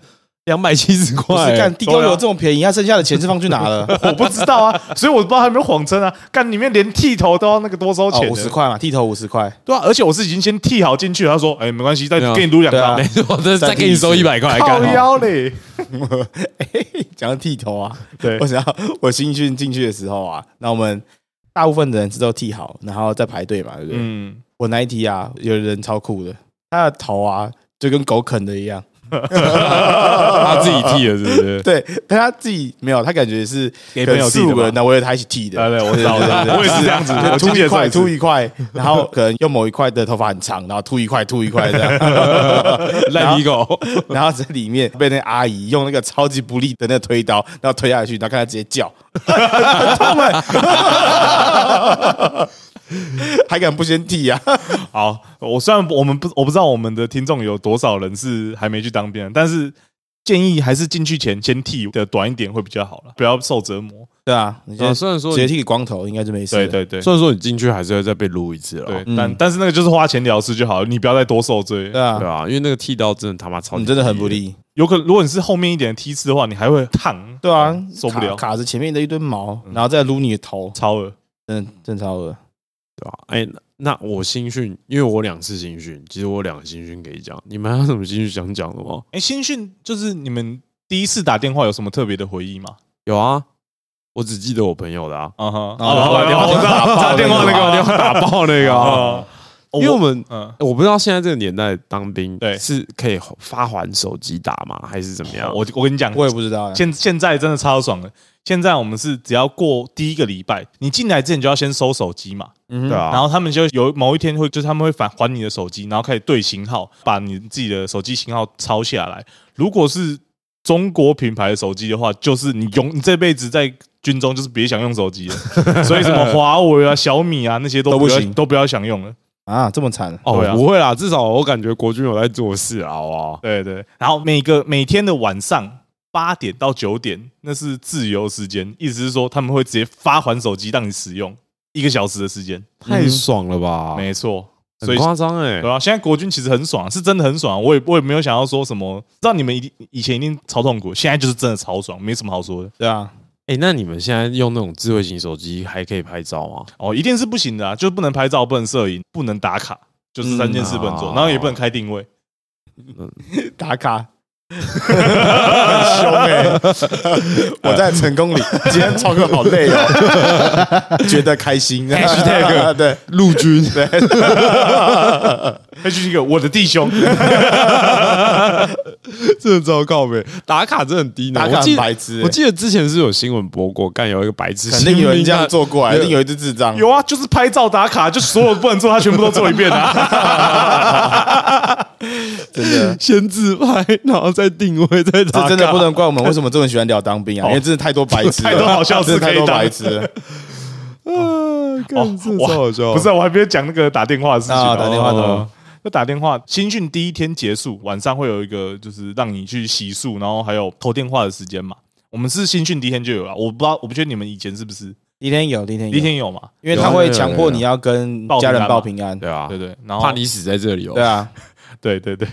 C: 两百七十
A: 不
C: 块
A: 是，干地沟
B: 对
A: 油
B: 啊
A: 这么便宜，他剩下的钱是放去哪 <laughs> 了？哦
B: 我不知道啊，所以我不知道他有没有谎称啊，干里面连剃头都要那个多收
A: 哦，
B: 钱，
A: 五十，块嘛，剃头五十块，
B: 对啊，而且我是已经先剃好进去了，他说，哎，没关系，再
C: 对啊
B: 给你撸两
A: 对啊
B: 刀
C: <laughs> 没，错，这再给你收一百块， <laughs>
B: 靠
C: 干
B: 腰嘞，
A: 讲到剃头啊，
B: 对
A: <laughs> 我，想到我新训进去的时候啊，那我们大部分的人是都剃好，然后再排队嘛，对不对？
B: 嗯，
A: <laughs> 我那一题啊，有人超酷的，他的头啊就跟狗啃的一样，
B: 他自己剃了，是
C: <laughs>
B: 不 <laughs> 是？
A: 对，但他自己没有，他感觉是
B: 给朋友剃
A: 四
B: 的吧啊
A: 五个人，那我有他一起剃的。
B: 对对，我知道，我知道
A: <laughs> 对对对
B: 我也是这样子，
A: 就
B: 我
A: 秃一块，秃
B: 一
A: 一块，然后可能用某一块的头发很长，然后秃一块，秃一块这样， <laughs>
B: 烂皮狗，
A: 然后在里面被那阿姨用那个超级不利的那个推刀，然后推下去，然后看他直接叫， <laughs> 很痛欸哎， <laughs> 还敢不先剃啊？
B: 好，我虽然我们不我不知道我们的听众有多少人是还没去当兵的，但是建议还是进去前先剃的短一点会比较好了，不要受折磨。
A: 对啊，你
C: 啊
B: 哦
A: 先
C: 虽然说
A: 直接剃光头应该就没事。
B: 对，对对
C: 虽然说你进去还是要再被撸一次了，
B: 对
C: 对，
A: 嗯
B: 但但是那个就是花钱了事就好了，你不要再多受罪。
A: 对啊，
C: 吧？因为那个剃刀真的他妈超级
A: 你真的很不利。
B: 有可能如果你是后面一点的梯次的话，你还会烫，
A: 对啊，
B: 受不了嗯
A: 卡卡着前面的一堆毛，然后再撸你的头，
B: 超额。
A: 真的真的超恶。
C: 对吧？哎、那那我新训，因为我两次新训，其实我两个新训可以讲，你们还有什么新训想讲的吗？
B: 哎，新训就是你们第一次打电话有什么特别的回忆吗？
C: 有啊，我只记得我朋友的啊，
B: 啊哈，
A: 然后
B: 打电
A: 然
B: 话，
A: 后
B: 我知道
A: 打爆
B: 打电话那
C: 打
B: 个
C: 电话打爆
B: <laughs>
C: 那个、啊，
B: 啊，
C: 因为我们
B: 嗯，
C: 我不知道现在这个年代当兵
B: 对
C: 是可以发还手机打吗，还是怎么样？
B: 我我跟你讲，
A: 我也不知道欸，
B: 现现在真的超爽的。现在我们是只要过第一个礼拜，你进来之前就要先收手机嘛，
A: 嗯
C: 对
A: 哼，
C: 啊，
B: 然后他们就有某一天会，就是他们会返还你的手机，然后开始对型号，把你自己的手机型号抄下来。如果是中国品牌的手机的话，就是你用你这辈子在军中就是别想用手
A: <laughs>
B: 机了，所以什么华为啊、小米啊那些都
A: 都不
B: 要
A: 行
B: 都不要想用了。
A: 啊，这么惨，
C: 哦
B: 对，啊嗯
C: 不会啦，至少我感觉国军有在做事啊，好不好？
B: 对对，然后每个每天的晚上八点到九点，那是自由时间，意思是说他们会直接发还手机让你使用一个小时的时间，
C: 太爽了吧，
B: 没错。所
C: 很
B: 以
C: 夸张
A: 欸
C: 哎
B: 对，啊，现在国军其实很爽，啊是真的很爽。我也我也没有想要说什么，知道你们一定以前一定超痛苦，现在就是真的超爽，没什么好说的。
A: 对啊，
C: 哎，那你们现在用那种智慧型手机还可以拍照吗？
B: 哦，一定是不行的、啊，就是不能拍照，不能摄影，不能打卡，就是三件事不能做，
C: 嗯啊
B: 然后也不能开定位。
A: 打卡。很凶哎、 <laughs> 我在成功里，今天操课好累哦，觉得开心。
B: Hashtag
A: <laughs> 对
C: 陆军
A: 对，
B: 那哎就是一个我的弟兄，
C: <laughs>
B: <laughs>
C: 真的糟糕呗，打卡真的很低呢。
A: 打
C: 我
A: 卡
C: 记
A: 很
C: 得
A: 白痴、
C: 我
A: 欸，
C: 记得之前是有新闻播过，干有一个白痴，
A: 肯定有人这样，做过来，啊
C: 对
A: 一定有一只智障。
B: 有啊，就是拍照打卡，就所有不能做，他全部都做一遍啊。
A: 真的，
C: <laughs> 先自拍，然后再定位，再打
A: 这
C: 卡
A: 真的不能怪我们为什么这么喜欢聊当兵啊，因为真的太多白痴了，
B: 哦太多好笑事
A: 真的太多
B: 可以当
A: 白痴了
C: <laughs> 啊，
A: 哦
C: 干这
B: 哇
C: 超好笑，
B: 不是啊、我还没有讲那个打电话的事情、哦
A: 啊！打电话怎么？
B: 那打电话，新训第一天结束，晚上会有一个就是让你去洗漱，然后还有投电话的时间嘛。我们是新训第一天就有了，我不知道，我不确定你们以前是不是
A: <laughs> 一天有，一天
B: 第一
A: 有，
B: 天有嘛？
A: 因为他会强迫你要跟家人报平安。
C: 对啊
B: 对，对，然后
C: 怕你死在这里哦，
A: 对啊，
B: 对对 <laughs> 对，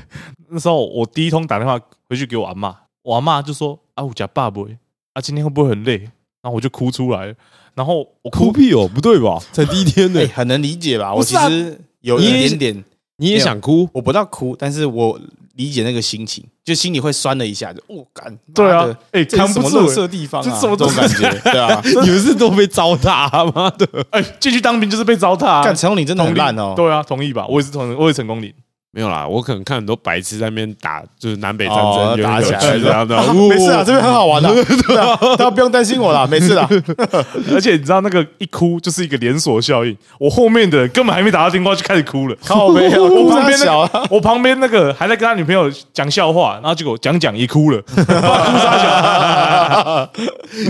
B: 那时候我第一通打电话回去给我阿妈，我阿妈就说：“啊，我家爸不会，啊，今天会不会很累？”然后我就哭出来了，然后我
C: 哭
B: 哭，
C: 屁哦，不对吧？才第一天呢
A: 哎，，很能理解吧？我
B: 不
A: 其
B: 是啊
A: 实有
C: 你
A: 一
C: 也
A: 点点，
C: 你也想哭？
A: 我不到哭，但是我理解那个心情，就心里会酸了一下，就我干，
B: 对啊
A: 妈的，
B: 哎，
A: 这
B: 扛
A: 是什
B: 不
A: 么垃
B: 住欸，
A: 圾地方啊，
B: 这是什么
A: 这种
B: 垃
A: 感
B: 圾
A: 觉？对
B: <laughs>
A: 啊，
C: 你们是都被糟蹋，妈的！
B: <laughs> 哎，进去当兵就是被糟蹋啊，
A: 干成龙你真的
B: 同
A: 很
B: 意
A: 烂哦，
B: 对啊，同意吧？我也是同，我也成功领。
C: 没有啦，我可能看很多白痴在那边打，就是南北战
A: 哦
C: 争有
A: 打
C: 有
A: 起来
C: 趣
A: 了
C: 然后呢
A: 啊 <laughs>
C: 呜
A: 没事啊，这边很好玩的，对啊 <laughs> 大家不用担心我啦，没事啦。
B: <laughs> 而且你知道那个一哭就是一个连锁效应，我后面的人根本还没打到电话就开始哭了，
A: 靠背啊，
B: 我
A: 我
B: 旁
A: 旁
B: 边
A: 边
B: 那
A: 小啊，
B: 个我旁边那个还在跟他女朋友讲笑话，然后结果讲讲也哭了， <laughs> 不知道哭啥笑，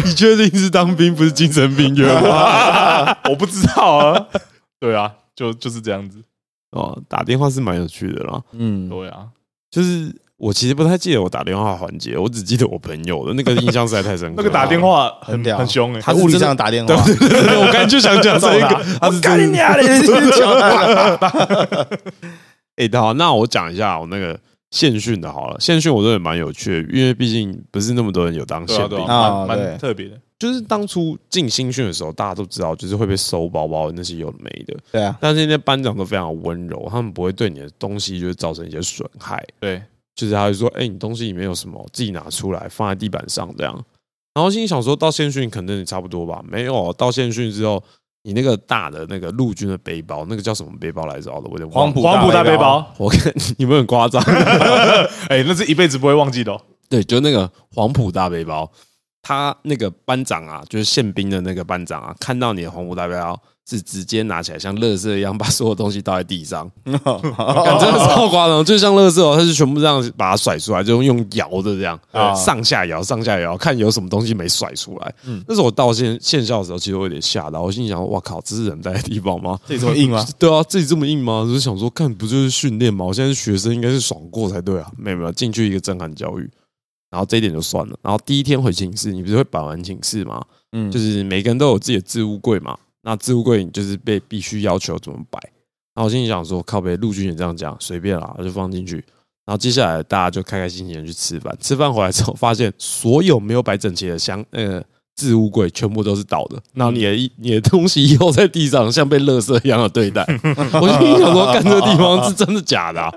C: 你确定是当兵不是精神病院吗？
B: 我不知道啊，对啊，就就是这样子，
C: 哦，打电话是蛮有趣的啦，
A: 嗯，
B: 对啊，
C: 就是我其实不太记得我打电话环节，我只记得我朋友的那个印象实在太深刻。
B: <laughs> 那个打电，话很
A: 很屌
B: 很凶哎，
A: 他物理上打电话， <laughs>
C: 对对对，我刚才就想
B: <laughs>
C: 讲这一个，他是真的。
A: 娘的！啊
C: 哎、欸，好，那我讲一下我那个现训的好了。现训我真的蛮有趣的，因为毕竟不是那么多人有当
B: 对
C: 宪
B: 啊
C: 兵。
B: 对啊，
A: 啊
B: 蛮蛮
A: 对
B: 特别的，
C: 就是当初进新训的时候，大家都知道，就是会被收包包那些有的没的。
A: 对啊，
C: 但是那些班长都非常温柔，他们不会对你的东西就是造成一些损害，
B: 对，
C: 就是他会说：“哎、你东西里面有什么，自己拿出来放在地板上这样。”然后心里想说，到现训可能也差不多吧，没有到现训之后，你那个大的那个陆军的背包，那个叫什么背包来着？哦我有点忘
A: 黄
C: 了
A: 埔
B: 黄埔大背
A: 背包
B: 包，
C: 我看你们很夸张，
B: 哎、那是一辈子不会忘记的、哦。
C: 对，就那个黄埔大背包，他那个班长啊，就是宪兵的那个班长啊，看到你的黄埔大背包，是直接拿起来像垃圾一样把 <laughs> 所有东西倒在地上，干真的超夸张，就像垃圾哦，他是全部这样把它甩出来，就用摇的这样
A: 啊
C: 上下摇，上下摇，看有什么东西没甩出来。
B: 嗯
C: 那时候我到现现校的时候，其实我有点吓到，我心里想说，哇靠，这是人待的地方吗？
A: 这这么硬吗？
C: 对啊，自己这么硬吗？我就想说，干不就是训练吗？我现在是学生，应该是爽过才对啊。没有没有，进去一个震撼教育，然后这一点就算了。然后第一天回寝室，你不是会摆完寝室吗？
A: 嗯，
C: 就是每个人都有自己的置物柜嘛。那置物柜你就是被必须要求怎么摆。然后我心里想说，靠北陆军也这样讲，随便啦，我就放进去。然后接下来大家就开开心心的去吃饭。吃饭回来之后，发现所有没有摆整齐的箱，呃，置物柜全部都是倒的。然后你的一你的东西以后在地上像被垃圾一样的对待。 <laughs> 我心里想说，干这个地方是真的假的、啊？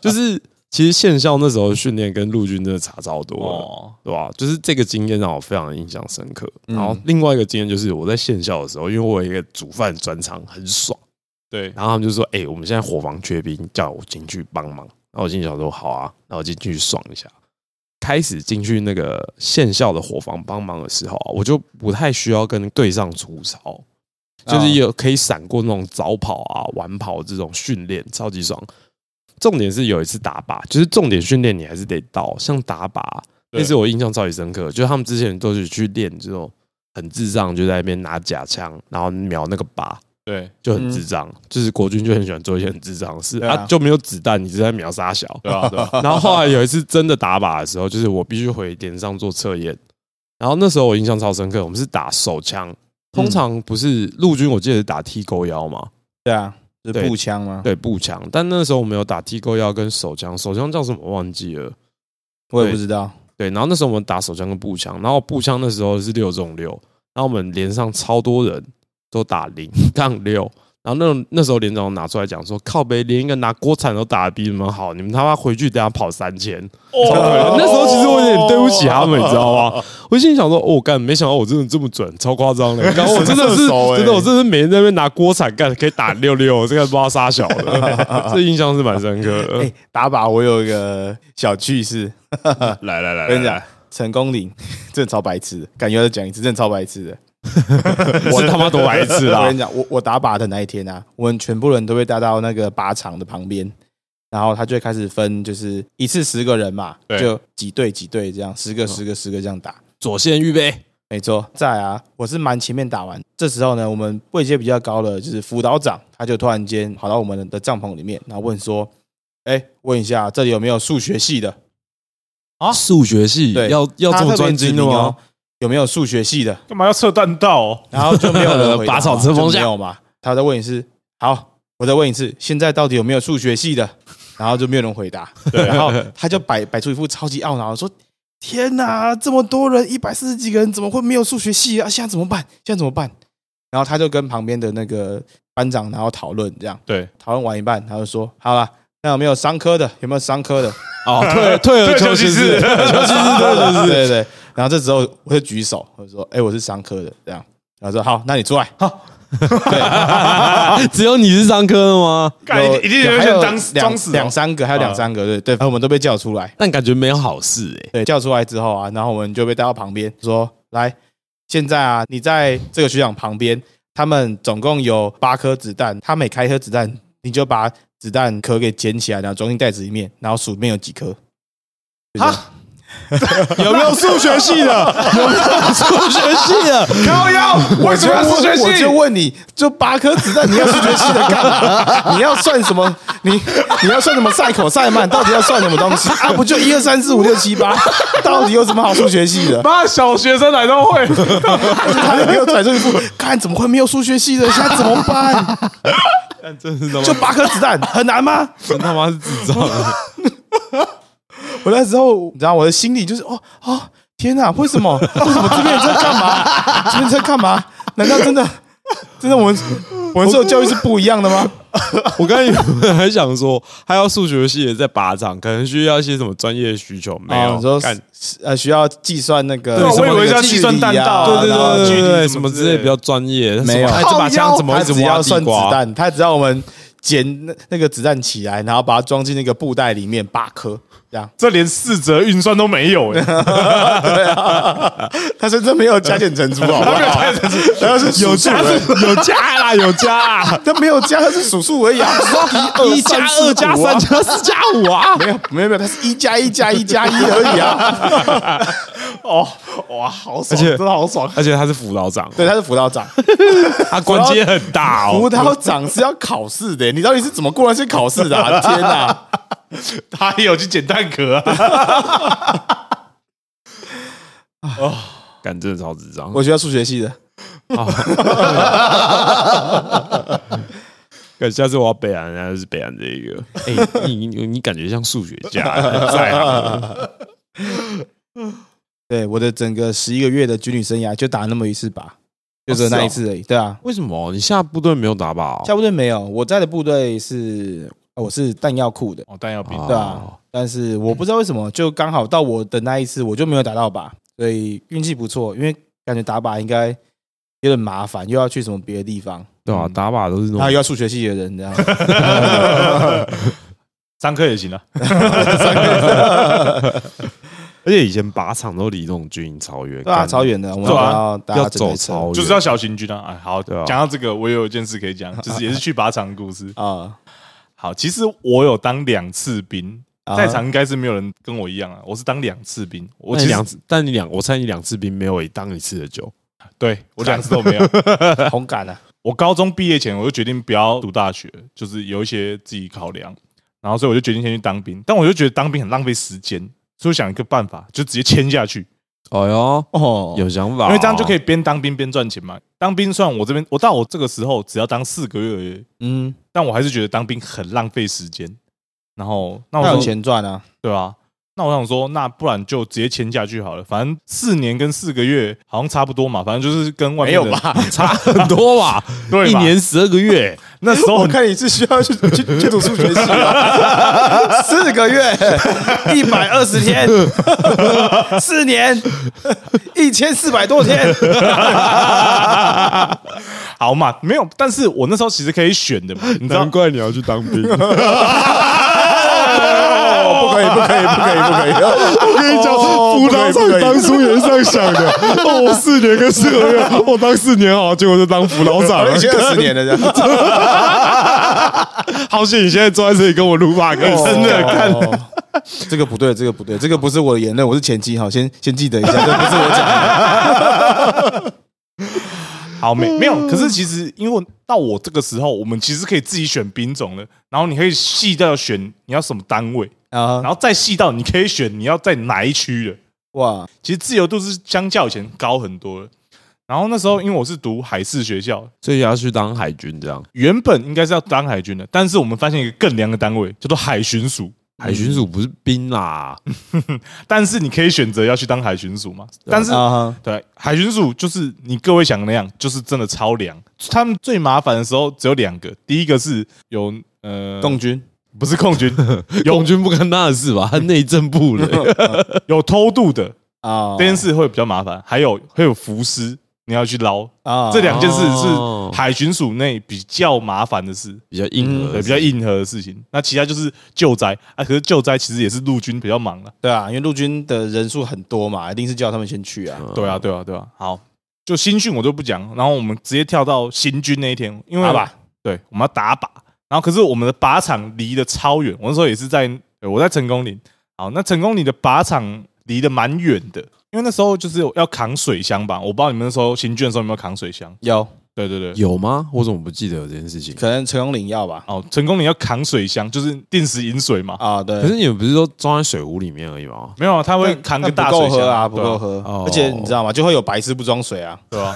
C: 就是其实线校那时候训练跟陆军真的差超多的。
B: 哦，
C: 对吧、就是这个经验让我非常印象深刻。
A: 嗯
C: 然后另外一个经验就是我在线校的时候，因为我有一个煮饭专长，很爽。
B: 对，
C: 然后他们就说：“哎、我们现在伙房缺兵，叫我进去帮忙。”然后我进去想说：“好啊。”然后我进去爽一下。开始进去那个线校的伙房帮忙的时候啊，我就不太需要跟队上出操，就是有可以闪过那种早跑啊、晚跑这种训练，超级爽。重点是有一次打靶，就是重点训练你还是得到，像打靶
B: 对
C: 那次我印象超级深刻，就是他们之前都是去练这种很智障，就在那边拿假枪，然后瞄那个靶，
B: 对，
C: 就很智障，就是国军就很喜欢做一些很智障的事
A: 对啊
C: 啊，就没有子弹，你就在秒杀小。
B: 对啊，对啊，
C: 然后后来有一次真的打靶的时候，就是我必须回连上做测验，然后那时候我印象超深刻，我们是打手枪，通常不是陆军，我记得是打 T 勾幺嘛，
A: 对啊，是
C: 对
A: 步枪吗？
C: 对步枪，但那时候我们有打 T 勾幺跟手枪，手枪叫什么我忘记了，
A: 我也不知道。
C: 对，然后那时候我们打手枪跟步枪，然后步枪那时候是六中六，然后我们连上超多人都打零杠六，然后那那时候连长拿出来讲说，靠北连一个拿锅铲都打的比你们好，你们他妈回去等下跑三千，超可
B: 哦
C: 怜 <laughs> 那时候其实我有点对不起啊他们，你知道吗？我心里想说，哦，干，没想到我真的这么准，超夸张的，刚我真的是
B: 射手欸
C: 真的，我真的是每天在那边拿锅铲干，可以打六六，我这个不知道杀小的， <laughs> 这印象是蛮深刻的。
A: 哎，打靶我有一个小趣事，
B: 哦来来来，
A: 跟你讲，成功岭 <laughs> 真的超白痴的，感觉要再讲一次，真的超白痴的。
C: 我他妈多白痴
A: <laughs>
C: 啊
A: 我
C: 啦
A: 跟！你讲，我我打靶的那一天啊，我们全部人都被带到那个靶场的旁边，然后他就会开始分，就是一次十个人嘛，
B: 对
A: 就几队几队这样，十
C: 嗯
A: 个十个十个这样打。
C: <laughs> 左线预备，
A: 没错，在啊，我是蛮前面打完，这时候呢，我们位阶比较高的就是辅导长，他就突然间跑到我们的帐篷里面，然后问说：“哎，问一下这里有没有数学系的？
B: 啊
C: 数学系
A: 对
C: 要要这么专精
A: 他特别指
C: 的
A: 明
C: 吗
A: 哦？？有没有数学系的？”
B: 干嘛要测弹道、哦？
A: 然后就没有人回答嘛
C: <laughs> 拔草遮风下
A: 就没有嘛？他再问一次，好，我再问一次，现在到底有没有数学系的？然后就没有人回答，
B: 对
A: 然后他就摆摆出一副超级懊恼，说：“天哪，这么多人，一百四十几个人，怎么会没有数学系啊？现在怎么办？现在怎么办？”然后他就跟旁边的那个班长然后讨论，这样
B: 对，
A: 讨论完一半，他就说：“好了，那有没有商科的？有没有商科的？”
C: 哦， <laughs> 退退
B: <laughs>
C: 而求其次，
B: 退而
C: 求其次，退而求
B: <laughs>
C: 其次。
A: 对对对。然后这时候我就举手，我就说：“哎、我是商科的。”这样，然后说：“好，那你出来。”
C: 只有你是商科的吗？
B: <laughs> 干
A: 有
B: 一定一
A: 有
B: 定
A: 还
B: 想
A: 有
B: 当
A: 两
B: 装死哦
A: 两三个，还有两三个，对对，反正我们都被叫出来。
C: 但感觉没有好事
A: <laughs>
C: 哎。
A: 对，呃叫出来之后啊，然后我们就被带到旁边，说：“来，现在啊，你在这个学长旁边，他们总共有八颗子弹，他每开一颗子弹，你就把子弹壳给捡起来，然后装进袋子里面，然后数里面有几颗。”就这样
C: 有没有数学系的？有没有数学系的？
B: 高腰，为什么要数学
A: 我就
B: 系？
A: 问你，就八颗子弹，你要数学系的干嘛？你要算什么？你你要算什么赛口赛曼？到底要算什么东西啊？不就一二三四五六七八？到底有什么好数学系的？
B: 妈，小学生来都 <laughs> 会，
A: 他就没有甩出一副，看怎么会没有数学系的？现在怎么办？
C: 但真是他
A: 就八颗子弹，很难吗？
C: 真他妈是智障！
A: 我那时候，你知道我的心里就是哦哦，天哪，为什么为什么这边人在干嘛？这边在干嘛？难道真的真的，我们我们受教育是不一样的吗？
C: <laughs> 我刚才原本还想说，还要数学系也在拔掌，可能需要一些什么专业需求，没
A: 哦
C: 有
A: 你说
C: 干
A: 呃，需要计算那个，
B: 对啊
A: 什么
B: 我以
A: 那
B: 为
A: 个
B: 要
A: 距
B: 计算
A: 离
B: 弹
A: 啊
B: 道
C: 对对
B: 然后
C: 对
B: 距
C: 对
B: 离
C: 对对，
B: 什
C: 什
B: 么
C: 么
B: 之
C: 之
B: 类
C: 类
B: 的。
C: 比较专业，
A: 没有
C: 哎，这把枪怎么
A: 他
C: 一直
A: 只
C: 挖
A: 要
C: 地
A: 算子
C: <laughs> 瓜？
A: 弹，他只要我们捡那那个子弹起来，然后把它装进那个布袋里面，八颗这样
B: <laughs> 这连四则运算都没有哎、欸，
A: 对啊，他说这没有加减乘除，好不
B: 他没有
A: 好 <laughs>
B: 加？
A: 他是有加，
B: 有加啦，有
A: <laughs>
B: 加啦，
A: 他没有加，他是数数而已
B: <laughs>
A: 啊。
C: 一加二加
B: 啊
C: 三加四加五啊！
A: 没有没有没有，他是一加一加一加一而已啊。
B: <laughs> 哦，哇，好爽，
C: 而且
B: 真的好爽，
C: <laughs> 而且他是辅导长，
A: 对，他是辅导长，
C: 他官阶很大
A: 辅
C: 哦。
A: 导长是要考试的，你到底是怎么过那些考试的啊？天哪！
B: <laughs> 他也有去捡蛋壳、啊，
C: 干真的超智障，
A: 我学校数学系的，
C: <laughs> 干下次我要北安，还是北安这一个。哎，你你你感觉像数学家，哎在行
A: 对我的整个十一个月的军旅生涯就打那么一次靶，就只有那一次而已。对啊，
B: 哦
C: 为什么你下部队没有打靶哦？
A: 下部队没有，我在的部队是呃我是弹药库的，
B: 哦，弹药兵， <laughs>
A: 对啊，但是我不知道为什么，就刚好到我的那一次，我就没有打到靶，所以运气不错，因为感觉打靶应该有点麻烦，又要去什么别的地方，
C: 对啊，打靶都是那
A: 然后
C: 种
A: 又要数学系的人这样。
B: 上课也行啊，
C: 而且以前靶场都离这种军营超远，
A: 对啊，
C: 干
A: 超，远的，我们
B: 对啊
A: 要搭
C: 要
A: 整
C: 走
A: 备车。
C: 超远，
B: 就是要小型军啊。哎，好，
C: 哦对啊
B: 讲到这个，我也有一件事可以
C: <laughs>
B: 讲，就是也是去靶场的故事
A: 啊，
B: 好，其实我有当两次兵，
A: 啊
B: 在场应该是没有人跟我一样啊，我是当两次兵，我
C: 那
B: 其
C: 你
B: 实
C: 两次，但你两，我猜你两次兵没有当一次的久。
B: 对我两次都没有，
A: 红感啊，
B: 我高中毕业前我就决定不要读大学，就是有一些自己考量，然后所以我就决定先去当兵，但我就觉得当兵很浪费时间，所以我想一个办法，就直接签下去，
C: 哎呦，
A: 哦，
C: 有想法哦，
B: 因为这样就可
C: <laughs>
B: 以
C: 以
B: 边当兵边赚钱嘛。当兵算我这边，我到我这个时候只要当四个月而已，
A: 嗯，
B: 但我还是觉得当兵很浪费时间。然后那
A: 那
B: 我
A: 有
B: 说
A: 钱赚啊，
B: 对啊，那我想说，那不然就直接签下去好了，反正四年跟四个月好像差不多嘛，反正就是跟外
A: 没有
B: 面的？
A: 吧？
C: 差很多吧？
B: 对
C: 一
B: 吧
C: 年十二个月，
A: <laughs>
B: 那时候
A: 我
B: 很
A: 哦看你是需要去去去读数学系啊吧， <laughs> 四个月，一百二十天，四年，一千四百多天，
B: 好嘛，没有，但是我那时候其实可以选
C: <laughs>
B: 的嘛，你知道
C: 难怪你要去当兵。
A: <laughs> 哦不可以，不可以，不可以，不可以，
C: 我跟你讲，辅
A: 哦不可
C: 导长
A: 以
C: 当初也是这样想
A: <laughs>
C: 的。哦，我四年跟四个月，我当四年哦好，结果就当辅导长了
A: 已。经二十年了，这样，
C: 好险，你现在坐在这里跟我
B: 哦
C: 撸马克，真的看。
A: 看。这个不对，这个不对，这个不是我的言论，我是前妻哈，先先记得一下，这不是我讲的。
B: 好没
C: <laughs>
B: 没有，可是其实因为我到我这个时候，我们其实可以自己选兵种了，然后你可以细到选你要什么单位，
C: 嗯
A: 啊
B: 然后再细到你可以选你要在哪一区了。
A: 哇，
B: 其实自由度是相较以前高很多了。然后那时候因为我是读海事学校，
C: 所以要去当海军，这样
B: 原本应该是要当海军的，但是我们发现一个更凉的单位叫做海巡署，
C: 海巡署不是兵啦，
B: 但是你可以选择要去当海巡署嘛，但是
A: 啊
B: 对，海巡署就是你各位想的那样，就是真的超凉。他们最麻烦的时候只有两个，第一个是有呃，
A: 共军
B: 不是空军，
C: 空军不干他的事吧？ <laughs> 他内政部的，
B: 有偷渡的
A: 啊，
B: 这件事会比较麻烦，还有会有浮尸，你要去捞。
A: 啊，
B: 这两件事
C: 哦
B: 是海巡署内比较麻烦的事，
C: 嗯比较硬核，
B: 对，比较硬核的事情。那其他就是救灾啊，可是救灾其实也是陆军比较忙了。
A: 对啊，因为陆军的人数很多嘛，一定是叫他们先去啊。
B: 对啊，对啊，对啊。好，就新训我就不讲，然后我们直接跳到新军那一天，因为
A: 打靶，
B: 对，我们要打靶。然后可是我们的靶场离得超远，我那时候也是在，对我在成功岭。好，那成功岭的靶场离得蛮远的，因为那时候就是有要扛水箱吧，我不知道你们那时候行军的时候有没有扛水箱。
A: 有
B: 对对对，
C: 有吗？我怎么不记得有这件事情？
A: 可能成功领药吧？
B: 哦，成功岭要扛水箱，就是定时饮水嘛。
A: 啊，对。
C: 可是你们不是都装在水壶里面而已吗？ <laughs>
B: 没有啊，他会
A: 但
B: 扛个
A: 但
B: 大
A: 不
B: 水
A: 够
B: 箱
A: 喝啊，不够，喝
C: 哦。
A: 而且你知道吗？就会有白痴不装水啊。
B: 对吧？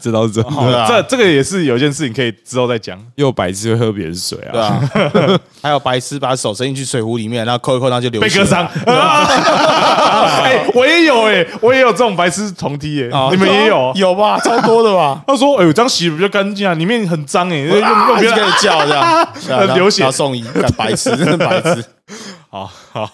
C: 这倒是真
A: <laughs>
B: 好
C: 的，
B: 这这个也是有一件事情可以之后再讲。
C: 又白痴会喝别人水啊！
A: 对
B: <laughs>
A: 啊，
B: <laughs>
A: 还有白痴把手伸进去水壶里面，然后扣一扣，然后就流啊
B: 被
A: 血
B: 割伤，，哎、啊哎，我也有哎，我也有这种白痴同梯哎，
A: 啊
B: 你们也有？？
A: <laughs> 有吧？超多的吧
B: <laughs> 他说：“哎呦，这样洗的比较干净啊，里面很脏
A: <laughs>
B: 哎，用用
A: 啊
B: 别
A: 就开
B: 人
A: 始叫这样对啊，然后
B: 流血
A: 然后送医，干白痴，真的白痴。
B: <laughs> 好好，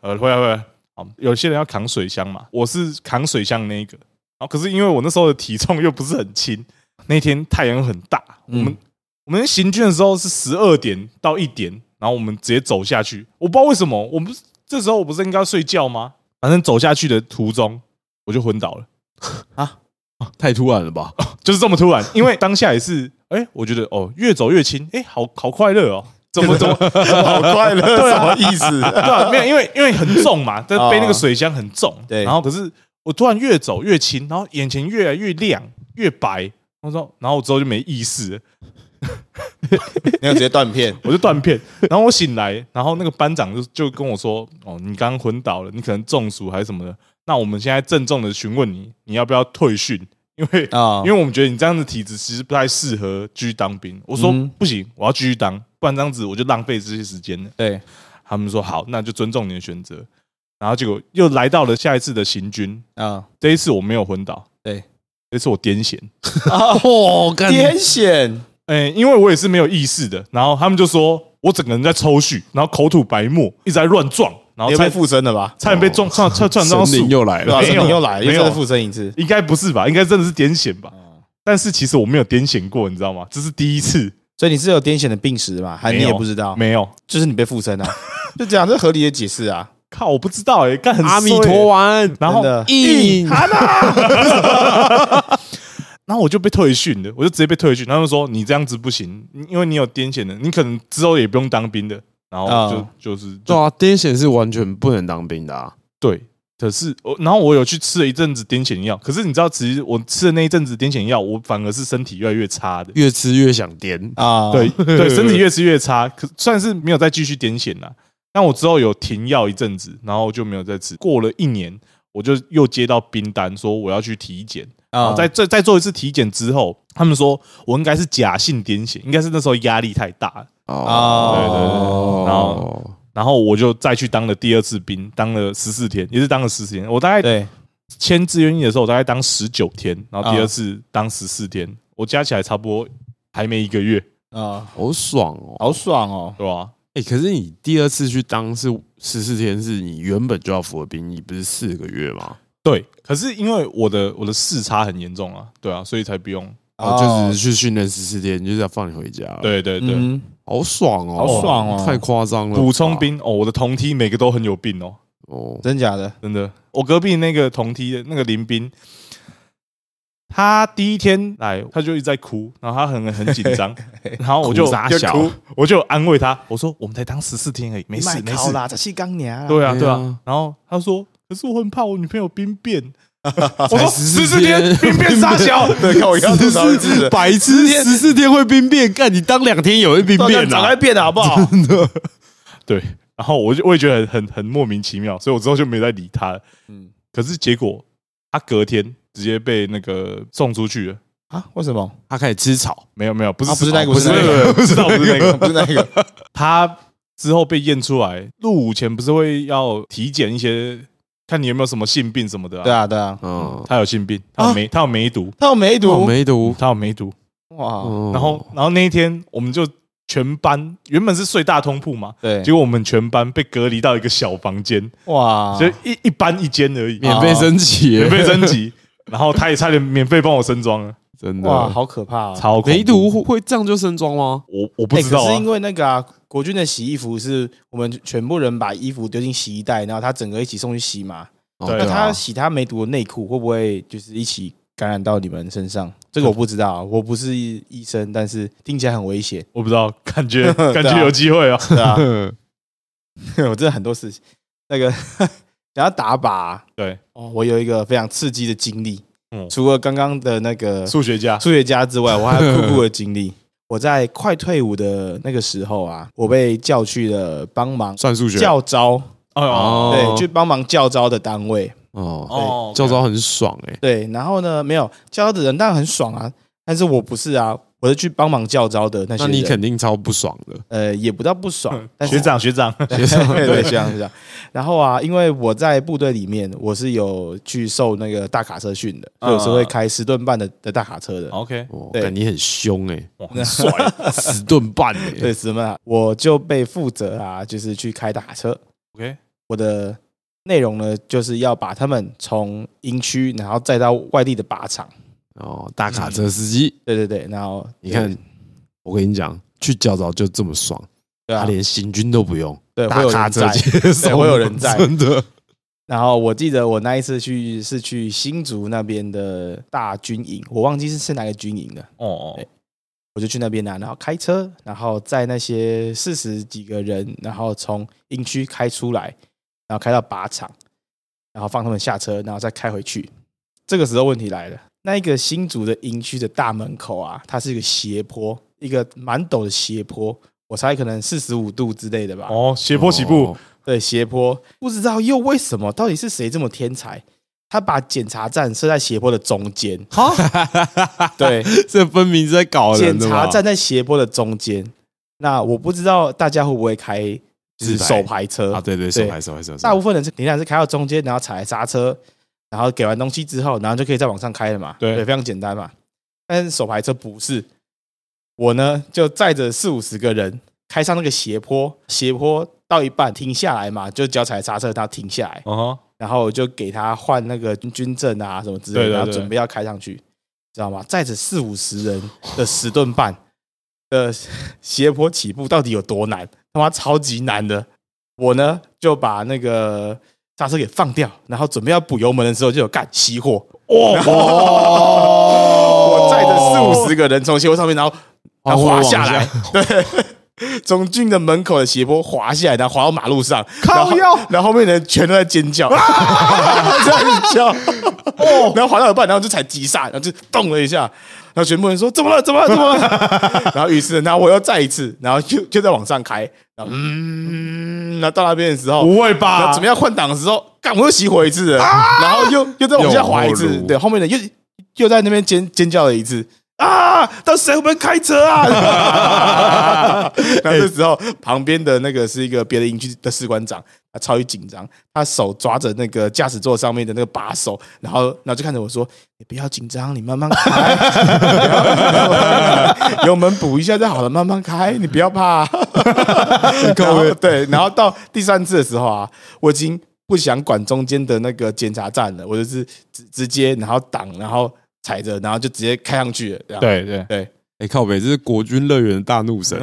B: 呃，回来回来，好，有些人要扛水箱嘛，我是扛水箱那一个，然后可是因为我那时候的体重又不是很轻，那天太阳很大，我们、
A: 嗯
B: 我们行军的时候是十二点到一点，然后我们直接走下去，我不知道为什么，我们这时候我不是应该要睡觉吗？反正走下去的途中我就昏倒了，
C: 太突然了吧？
B: 就是这么突然，因为当下也是， <laughs> 哎、我觉得哦，越走越轻，哎、好好快乐哦。怎么怎么
A: 好快乐，什么意思？
B: <laughs> 对、啊，没有，因为因为很重 <laughs> 嘛，但
A: 哦
B: 背那个水箱很重。
A: 对
B: 然后可是我突然越走越轻，然后眼前越来越亮越白。我说，然后我之后就没意识了，
A: 你要直接断片，
B: 我就断片。 <laughs> 然后我醒来，然后那个班长就就跟我说：“哦，你刚刚昏倒了，你可能中暑还是什么的。那我们现在郑重的询问你，你要不要退训？因为
A: 啊
B: 因为我们觉得你这样的体质其实不太适合继续当兵。”我说：“
A: 嗯
B: 不行，我要继续当，不然这样子我就浪费这些时间了。”
A: 对，
B: 他们说好，那就尊重你的选择。然后结果又来到了下一次的行军，
A: 啊，
B: 这一次我没有昏倒，
A: 对，
B: 这次我癫痫，
C: 哦，干
A: 癫痫，
B: 哎、因为我也是没有意识的。然后他们就说我整个人在抽搿，然后口吐白沫，一直在乱撞，然后
A: 你又
B: 差
A: 被附身了吧？
B: 差点被撞撞撞撞撞到
C: 哦神
B: 树
C: 灵，又来
A: 对吧？
C: 了，
B: 没有
A: 你又来，又
B: 没有
A: 再附身一次。
B: 应该不是吧？应该真的是癫痫吧？
C: 哦
B: 但是其实我没有癫痫过，你知道吗？这是第一次，
A: 所以你是有癫痫的病史嘛？还你
B: 没
A: 也
B: 有
A: 不知
C: 啊
A: 道，
B: 没有。
A: 就是你被附身了，啊 <laughs> 就这样，这合理的解释啊。
B: 靠，我不知道哎、干很
C: 阿弥
B: 衰欸
C: 陀丸，
B: 然后
A: 真的
C: <laughs> 硬
B: 然后我就被退训了，我就直接被退训。他们说你这样子不行，你因为你有癫痫的，你可能之后也不用当兵的。然后就、
A: 啊
B: 就是
C: 对
B: 就
C: 啊，癫痫是完全不能当兵的啊。
B: 对，可是我然后我有去吃了一阵子癫痫药，可是你知道，其实我吃的那一阵子癫痫药，我反而是身体越来越差的。
C: 越吃越想癫。
A: 啊，
B: 对
C: <laughs>
B: 对，身体越吃越差，可算是没有再继续癫痫了。但我之后有停药一阵子，然后就没有再吃。过了一年，我就又接到兵单，说我要去体检。
A: 啊，
B: 啊，在再再做一次体检之后，他们说我应该是假性癫痫，应该是那时候压力太大了，
C: 哦，
B: 对对对然后然后我就再去当了第二次兵，当了十四天，也是当了十四天。我大概
A: 对，
B: 签志愿役的时候，我大概当十九天，然后第
A: 啊
B: 二次当十四天，我加起来差不多还没一个月，
A: 啊，
C: 好爽哦！
A: 好爽哦，
B: 对吧？
C: 哎，可是你第二次去当是十四天，是你原本就要服的兵役，不是四个月吗？
B: 对，可是因为我的我的视差很严重啊，对啊，所以才不用。
C: 哦，就只是去训练十四天，就是要放你回家了。，
B: 对对对，
A: 嗯，
C: 好爽哦，
A: 好爽哦
C: 太夸张了吧。
B: 补充兵哦，我的同梯每个都很有病哦，
C: 哦，
A: 真假的，
B: 真的，我隔壁那个同梯的那个林斌，他第一天来，他就一直在哭，然后他很很紧张，然后我就
C: 哭啥
B: 就
C: 小
B: 哭我就安慰他，我说我们才当十四天而已，没
A: 卖
B: 事没
A: 烤
B: 事，
A: 啦，这是钢娘，
B: 对啊
C: 对啊
B: 对啊。然后他说，可是我很怕我女朋友兵变，我说十
C: 14
B: 四天
C: 天
B: 兵变傻小，
A: 对，看我要多少次
C: 白痴，十四天会兵变，干你当两天也会兵变
A: 长
C: 啊
A: 在！变的好不好？
B: <laughs> 对，然后我就我也觉得很很很莫名其妙，所以我之后就没再理他了。嗯
A: 嗯，
B: 可是结果他隔天直接被那个送出去了。
A: 啊，为什么？
C: 他开始吃草，
B: 没有没有，不是
A: 啊不是
B: 吃草
A: 那个
B: 不是
A: 不是那 <laughs>
B: 不是那个不是那个，
A: 不是那个，
B: 他之后被验出来，入伍前不是会要体检一些，看你有没有什么性病什么的、
A: 对，啊，对啊，
C: 嗯，
B: 他有性病，他有梅，他有梅毒，
A: 他有梅
C: 哦
A: 毒，
C: 梅毒，
B: 他有梅毒。
A: 哇，
C: 哦
B: 然后，然后那一天我们就全班原本是睡大通铺嘛，
A: 对
B: 结，果我们全班被隔离到一个小房间，
A: 哇，
B: 所以一一班一间而已，啊
C: 免费升旗
B: 免
C: 耶，
B: 费升级。然后他也差点免费帮我升装了，
C: 真
A: 哇，
C: 的，
A: 好可怕啊！
B: 超恐怖
C: 梅毒会会这样就升装吗？
B: 我我不
A: 欸
B: 知道
A: 可是
B: 啊
A: 因，为那个啊，国军的洗衣服是我们全部人把衣服丢进洗衣袋，然后他整个一起送去洗嘛。
C: 哦
B: 对
A: 那
B: 啊
A: 他洗他梅毒的内裤，会不会就是一起感染到你们身上？这
B: <laughs>
A: 个我不知道啊，我不是医生，但是听起来很危
B: <laughs>
A: 险，
B: 我不知道，感觉
A: <laughs> 对啊
B: 感觉有机会啊，
A: 对啊， <laughs>
C: 啊
A: 我真的很多事情。那个 <laughs> 讲到打靶啊，
B: 对
A: 哦，我有一个非常刺激的经历，
B: 嗯
A: 除了刚刚的那个
B: 数学家
A: 数学家之
B: <laughs>
A: 外，我还有酷酷的经历。我在快退伍的那个时候啊，我被叫去了帮忙
C: 算数学
A: 教招，
B: 哎呦
C: 哦
A: 对，去帮忙教招的单位，
C: 哦，
B: 哦，
C: 教招很爽哎，
A: 对。然后呢，没有教招的人当然很爽啊，但是我不是啊，我是去帮忙教招的那些
C: 那
A: 人，
C: 你肯嗯定超不爽
A: <laughs>
C: 的。
A: 呃也不到不爽，但是
B: 学长学长，
A: 对 <laughs> 对，这样
C: <laughs>
A: 这样。然后啊，因为我在部队里面，我是有去受那个大卡车训的，所以我是会开十吨半的的大卡车的。
B: OK，
C: 嗯哦，
A: 对
C: 但你很凶
A: <laughs>
C: 哎、
B: <laughs> 哇，很帅，
C: 十顿半哎、
A: 对，什么啊？我就被负责啊，就是去开大卡车。
B: OK，
A: 我的内容呢，就是要把他们从营区，然后再到外地的靶场。
C: 哦，大卡车司机，
A: 对对对，然后
C: 你看，我跟你讲，去教早就这么爽，
A: 对啊，
C: 他连行军都不用，
A: 对，会
C: 大
A: 有
C: 卡
A: 人
C: 车
A: 在。
C: 接送，
A: 会有人在
C: 真的。
A: 然后我记得我那一次去是去新竹那边的大军营，我忘记是是哪个军营了。
B: 哦哦
A: 对，我就去那边拿，啊然后开车，然后载那些四十几个人，然后从营区开出来，然后开到靶场，然后放他们下车，然后再开回去。这个时候问题来了，那一个新竹的营区的大门口啊，它是一个斜坡，一个蛮陡的斜坡，我猜可能四十五度之类的吧。
B: 哦，斜坡起步
C: 哦，
A: 对，斜坡，不知道又为什么，到底是谁这么天才？他把检查站设在斜坡的中间，
B: 好，
A: 对，
C: 哦 <laughs> 这分明是在搞哦
A: 啊
C: 人啊
A: 检
C: 的
A: 查
C: 嘛！
A: 站在斜坡的中间。那我不知道大家会不会开就是
C: 自排
A: 手排车
C: 啊，对对，手
A: 对
C: 牌手牌手牌，
A: 大部分人是仍然是开到中间，然后踩来刹车，然后给完东西之后，然后就可以再往上开了嘛。
B: 对
A: 非常简单嘛。但是手排车不是，我呢就载着四五十个人开上那个斜坡，斜坡到一半停下来嘛，就脚踩刹车，然后停下来，
B: 嗯哼，
A: 然后我就给他换那个军军证啊什么之类
B: 对
A: 的，
B: 对
A: 然后
B: 对
A: 准备要开上去，知道吗？载着四五十人的十吨半的斜坡起步到底有多难？他妈超级难的！我呢就把那个刹车给放掉，然后准备要补油门的时候就有干熄火，
B: 哦
A: 我载着四五十个人从斜坡上面，然后
C: 哦
A: 然后滑下来，对，从军的门口的斜坡滑下来，然后滑到马路上，然后
B: 腰
A: 然后后面的人全都在尖叫， <laughs> 这样子叫，然后滑到一半，然后就踩急刹，然后就动了一下，然后全部人说怎么了，怎么了，怎么了？ <laughs> 然后于是，然后我又再一次，然后就就在往上开，然后嗯，然后到那边的时候，
B: 不会
A: 然
B: 吧？
A: 后准备要换挡的时候，干我又熄火一次了，然后又又再往下滑一
C: 又
A: 次
C: 后，路
A: 对，后面的又又在那边尖尖叫了一次。啊！到底谁会不会开车 <laughs> 啊？然后这时候，旁边的那个是一个别的营区的士官长，他超级紧张，他手抓着那个驾驶座上面的那个把手，然后然后就看着我说：“你不要紧张，你慢慢开， <laughs> 油门补一下就好了，慢慢开，你不要怕。”然后对，然后到第三次的时候啊，我已经不想管中间的那个检查站了，我就是直直接然后挡，然后踩着，然后就直接开上去了。这样，
B: 对对，
C: 哎、靠北，这是国军乐园的大怒神、
A: <laughs>
C: 欸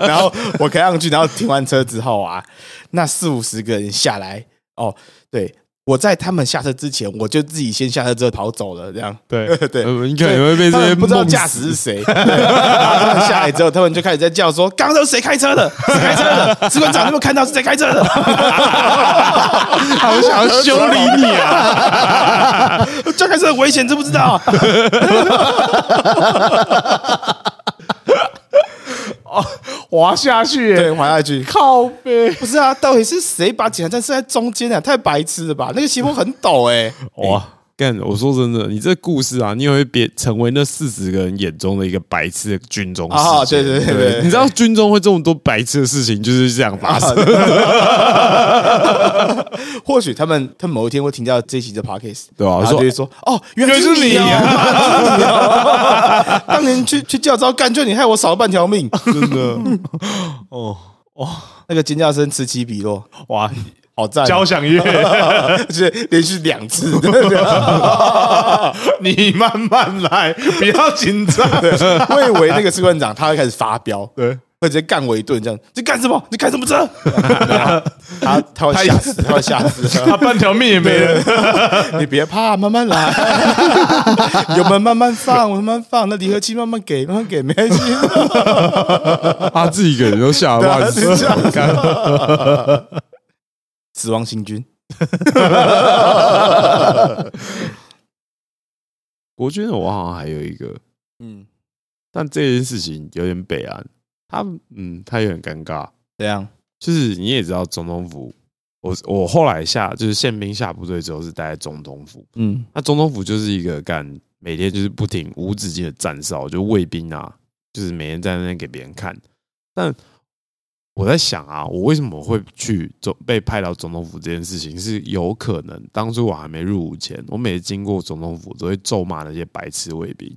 A: <laughs> 然后我开上去，然后停完车之后啊，那四五十个人下来，哦，对。我在他们下车之前，我就自己先下车之后逃走了，这样。
B: 对
A: 对，
C: 呃你可能会被
A: 他
C: 这些
A: 们不知道
C: 梦
A: 驾驶是谁。对然后他们下来之后，他们就开始在叫说：“刚刚都是谁开车的？谁开车的？士官长，你有没有看到是谁开车的？”好
C: 想要修理
A: 你啊！这开车很危险，知不知道？
B: <laughs> 滑下去欸，
A: 对，滑下去。
B: 靠背，
A: 不是啊，到底是谁把检查站设在中间啊？太白痴了吧！那个斜坡很陡哎、
B: 哇，
C: 干，我说真的，你这故事啊，你也会别成为那四十个人眼中的一个白痴的军中事件
A: 啊对对对对对
C: 你知道军中会这么多白痴的事情就是这样发生。
A: 或许他们他们某一天会听到这一期的 podcast，
C: 对啊
A: 然后
C: 说
A: 就会说哦，原来
B: 原来是
A: 你
B: 你
A: 啊，你啊 <laughs> 当年去去教招干，就你害我少了半条命。
C: 真
A: <laughs>
C: 的，
B: 哦
A: 那个尖叫声此起彼落，
B: 哇，
A: 好赞啊，
B: 交响乐，
A: <laughs> 而且连续两 <laughs> 次，
B: <laughs> 你慢慢来，不要紧张。
A: 我以为那个士官长他会开始发飙，
B: 对，
A: 会直接干我一顿，这样你干什么？你开什么 <laughs> 车？他他会吓死，他会吓死。
B: 他半条命也没了。
A: <laughs> 你别怕，慢慢来， <laughs> 油门慢慢放，慢慢放，那离合器慢慢给，慢慢给，没关系。
C: 他自己一个人都吓得
A: 啊 <laughs> 对啊
C: 半死。
A: 是这样子 <laughs> 死亡行 <laughs> 军，
C: 国军的我好像还有一个，
A: 嗯，
C: 但这件事情有点北岸，他嗯，他有点尴尬。
A: 怎样？
C: 就是你也知道总统府，我我后来下就是宪兵下部队之后是待在总统府，
A: 嗯
C: 那总统府就是一个干每天就是不停无止境的站哨，就卫兵啊，就是每天在那边给别人看。但我在想啊，我为什么会去总被派到总统府这件事情，是有可能当初我还没入伍前，我每次经过总统府都会咒骂那些白痴卫兵。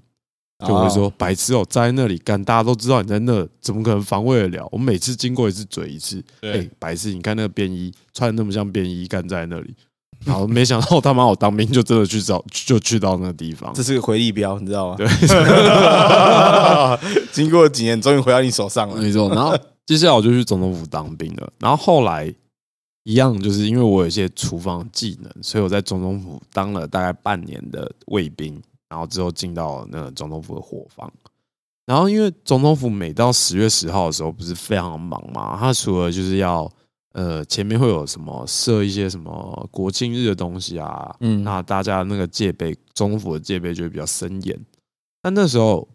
C: 就会说、白痴哦、站在那里干，大家都知道你在那，怎么可能防卫得了？我每次经过一次嘴一次，哎、
B: 对
C: 白痴，你看那个便衣穿得那么像便衣，干在那里，然后没想到他妈我当兵就真的去找，就去到那个地方
A: 这，是个回力镖，你知道吗？
C: 对，
A: <laughs> 经过几年，终于回到你手上了。
C: 没错。然后接下来我就去总统府当兵了，然后后来一样就是因为我有一些厨房技能，所以我在总统府当了大概半年的卫兵，然后之后进到那个总统府的伙房。然后因为总统府每到十月十号的时候不是非常忙嘛，他除了就是要呃前面会有什么设一些什么国庆日的东西啊，
A: 嗯
C: 那大家那个戒备，总统府的戒备就会比较森严。但那时候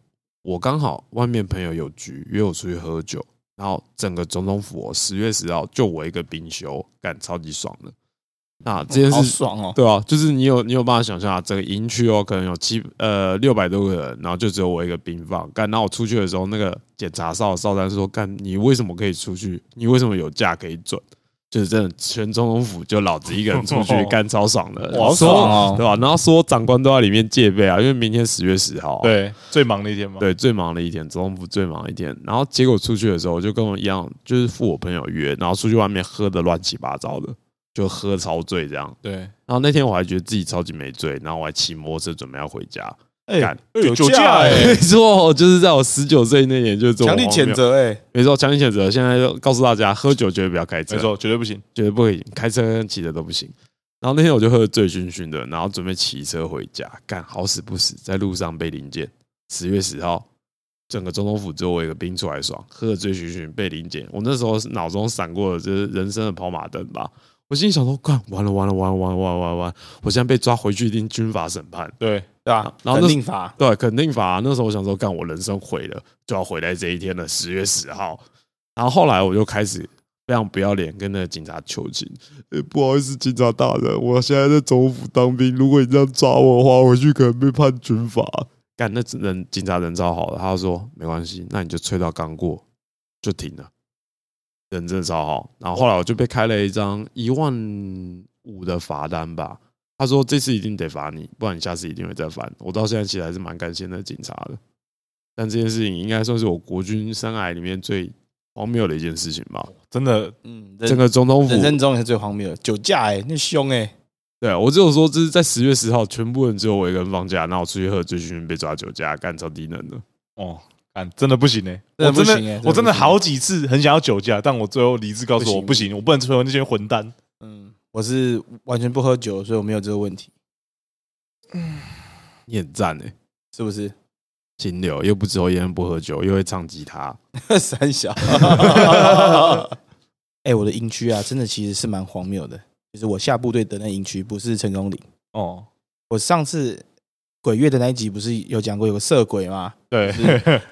C: 我刚好外面朋友有局约我出去喝酒，然后整个总统府十、10月十号就我一个冰休，干超级爽的。那这件
A: 好
C: 事
A: 爽哦！
C: 对啊，就是你有你有办法想象啊，整个营区哦，可能有七呃六百多个人，然后就只有我一个兵放。干，然后我出去的时候，那个检查哨哨站说：“干，你为什么可以出去？你为什么有假可以准？”就是真的，全总统府就老子一个
B: <laughs>
C: 人出去，干超爽的，
B: 哇好
C: 说
B: 爽啊
A: 哦
C: 对吧、然后说长官都在里面戒备啊，因为明天十月十号、啊，
B: 对，最忙那天嘛，，
C: 对，最忙的一天，总统府最忙的一天。然后结果出去的时候，我就跟我一样，就是赴我朋友约，然后出去外面喝的乱七八糟的，就喝超醉这样。
B: 对，
C: 然后那天我还觉得自己超级没醉，然后我还骑摩托车准备要回家。
A: 哎
C: 干，
B: 有
A: 酒
B: 酒
A: 驾
B: 驾
A: 哎
B: 哎，
C: <laughs> 没错，就是在我十九岁那年就这么
A: 强力
C: 荒
A: 谴
C: 谬。
A: 责哎，
C: 没错，强力谴责。现在就告诉大家，喝酒绝对不要开车，
B: 没错，绝对不行，
C: 绝对不可以，开车跟骑车都不行。然后那天我就喝得醉醺醺的，然后准备骑车回家，干好死不死，在路上被临检。十月十号，整个总统府只有我一个兵出来爽，喝得醉醺醺被临检。我那时候脑中闪过的就是人生的跑马灯吧。我心里想说，干完了完了完了完了完了完了完了，我现在被抓回去一定军法审判。
B: 对，
A: 对吧？
C: 然后那
A: 肯定罚，
C: 对，肯定罚、那时候我想说，干我人生毁了，就要回来这一天了，十月十号。然后后来我就开始非常不要脸，跟那个警察求情、呃不好意思，警察大人，我现在在总统府当兵，如果你这样抓我的话，我回去可能被判军法。干，那人警察人超好的，他就说没关系，那你就吹到刚过就停了。人真的超好，然后后来我就被开了一张一万五的罚单吧，他说这次一定得罚你，不然你下次一定会再犯。我到现在其实还是蛮感谢那警察的，但这件事情应该算是我国军生涯里面最荒谬的一件事情吧。
B: 真的
A: 嗯，
C: 整
A: 人
C: 个总统府
A: 人，生中也是最荒谬的，酒驾哎，那凶哎，
C: 对啊我只有说，这是在十月十号，全部人只有我一个人放假，然后我出去喝醉醺醺被抓酒驾，干超低能的。
B: 哦，干真的不行哎、
A: 真的
B: 我
A: 不行
B: 真
A: 欸
B: 的我真的
A: 真的不行
B: 好几次很想要酒驾，但我最后理智告诉我
A: 不
B: 不
A: 行
B: 行，我不能成为那些混蛋。
A: 嗯，我是完全不喝酒，所以我没有这个问题，
C: 你很赞哎，
A: 是不是？
C: 金流又不抽烟不喝酒，又会唱吉他，
A: 三小， <laughs> 哎、我的营区啊，真的其实是蛮荒谬的。就是我下部队的那营区不是成功岭，
B: 哦，
A: 我上次鬼月的那一集不是有讲过有个色鬼吗？
B: 对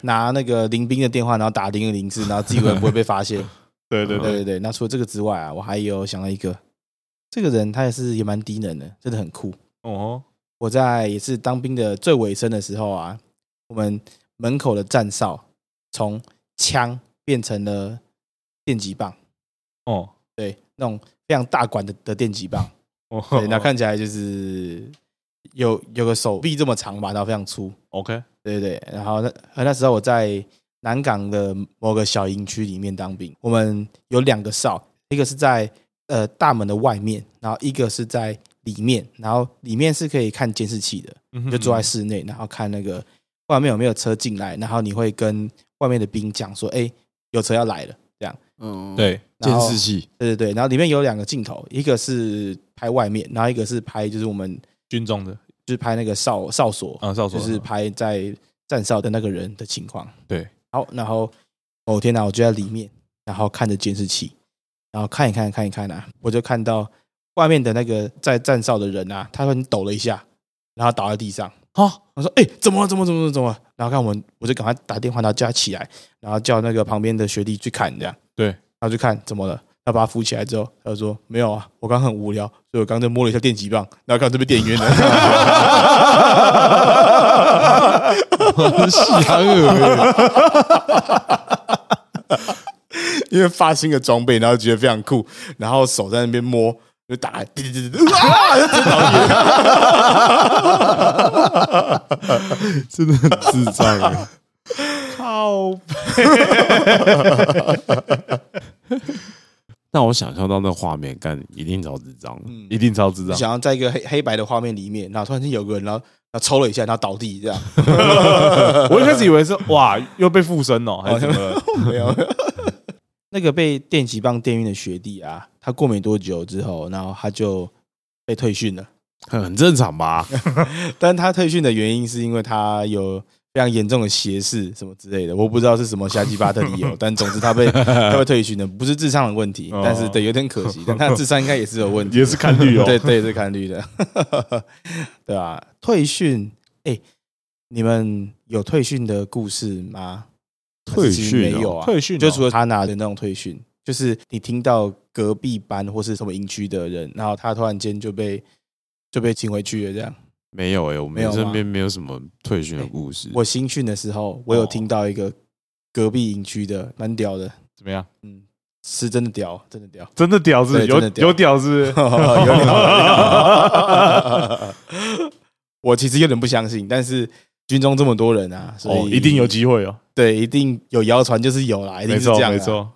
A: 拿那个林兵的电话，然后打零零四，然后自己以为不会被发现。
B: 对
A: 对
B: 对对，
A: 对对，那除了这个之外啊，我还有想到一个，这个人他也是也蛮低能的，真的很酷。
B: 哦，
A: 我在也是当兵的最尾声的时候啊，我们门口的站哨从枪变成了电击棒，
B: 哦，
A: 对，那种非常大管的的电击棒，
B: 哦，
A: 对，那看起来就是有有个手臂这么长吧，然后非常粗，
B: OK，
A: 对对对。然后那呃那时候我在南港的某个小营区里面当兵，我们有两个哨，一个是在呃大门的外面，然后一个是在里面，然后里面是可以看监视器的。
B: 嗯
A: 你
B: 哼
A: 就坐在室内，然后看那个外面有没有车进来，然后你会跟外面的兵讲说：“哎、有车要来了。
C: 嗯，
B: 对，
C: 监视器” <laughs>
A: 对对对，然后里面有两个镜头，一个是拍外面，然后一个是拍就是我们
B: 军中的
A: 就是拍那个哨哨所，
B: 啊，少
A: 就
B: 佐
A: 是拍在站哨的那个人的情况。
B: 对，
A: 好，然后某天呢、我就在里面，然后看着监视器，然后看一看看一看啊，我就看到外面的那个在站哨的人啊，他突然抖了一下，然后倒在地上。
B: 啊，
A: 我说：“哎、怎么了？怎么了怎么了怎么了？”然后看我们，我就赶快打电话，然后叫他起来，然后叫那个旁边的学弟去看，这样
B: 对
A: 然后去看怎么了。他把他扶起来之后，他就说：“没有啊，我刚很无聊，所以我刚才摸了一下电击棒，然后刚好就被电晕了。
C: <laughs> 喜羊鹅，
A: 因为发新的装备，然后觉得非常酷，然后手在那边摸，就 <laughs> 打，滴滴滴滴，啊，就直接倒地了
C: 真的很智障
A: <laughs>
C: 欸。
B: 靠，
C: 但我想象到那画面，干一定超智障。
B: 一定超智障。
A: 嗯想要在一个黑黑白的画面里面，然后突然间有个人，然后然后抽了一下，然后倒地这样，
B: <laughs> 我一开始以为是哇，又被附身哦，还是怎么了？
A: <laughs> 没有。 <laughs> 那个被电击棒电晕的学弟啊，他过没多久之后，然后他就被退训了。
C: 很正常吧？
A: <laughs> 但他退训的原因是因为他有非常严重的斜视什么之类的，我不知道是什么瞎鸡巴的理
B: <laughs>
A: 由，但总之他被他被退训了，不是智商的问题，
B: 哦
A: 但是对有点可惜，但
B: <laughs>
A: 他智商应该也是有问题，
B: 也是看绿哦。
A: <laughs> 对对是看绿的，对吧、退训，哎、你们有退训的故事吗？
C: 退
A: 其实
C: 训
A: 没有
C: 哦
A: 啊，
B: 退训哦
A: 就除了他拿的那种退训，就是你听到隔壁班或是什么营区的人，然后他突然间就被就被请回去了这样。
C: 没有哎、我
A: 没有
C: 们
A: 吗
C: 身边没有什么退训的故事。
A: 我新训的时候，
B: 哦
A: 我有听到一个隔壁营区的，蛮屌的，
B: 怎么样？，
A: 嗯，是真的屌，真的屌
B: <laughs> 真的屌是
A: 对
B: 有
A: 真的屌
B: 有屌是
A: 有点好。 <laughs> 我其实有点不相信，但是军中这么多人 <laughs> 啊，所以、
B: 哦，一定有机会哦。
A: 对，一定有谣传就是有啦，一定
B: 没
A: 是这
B: 错
A: 样、啊
B: 没。错，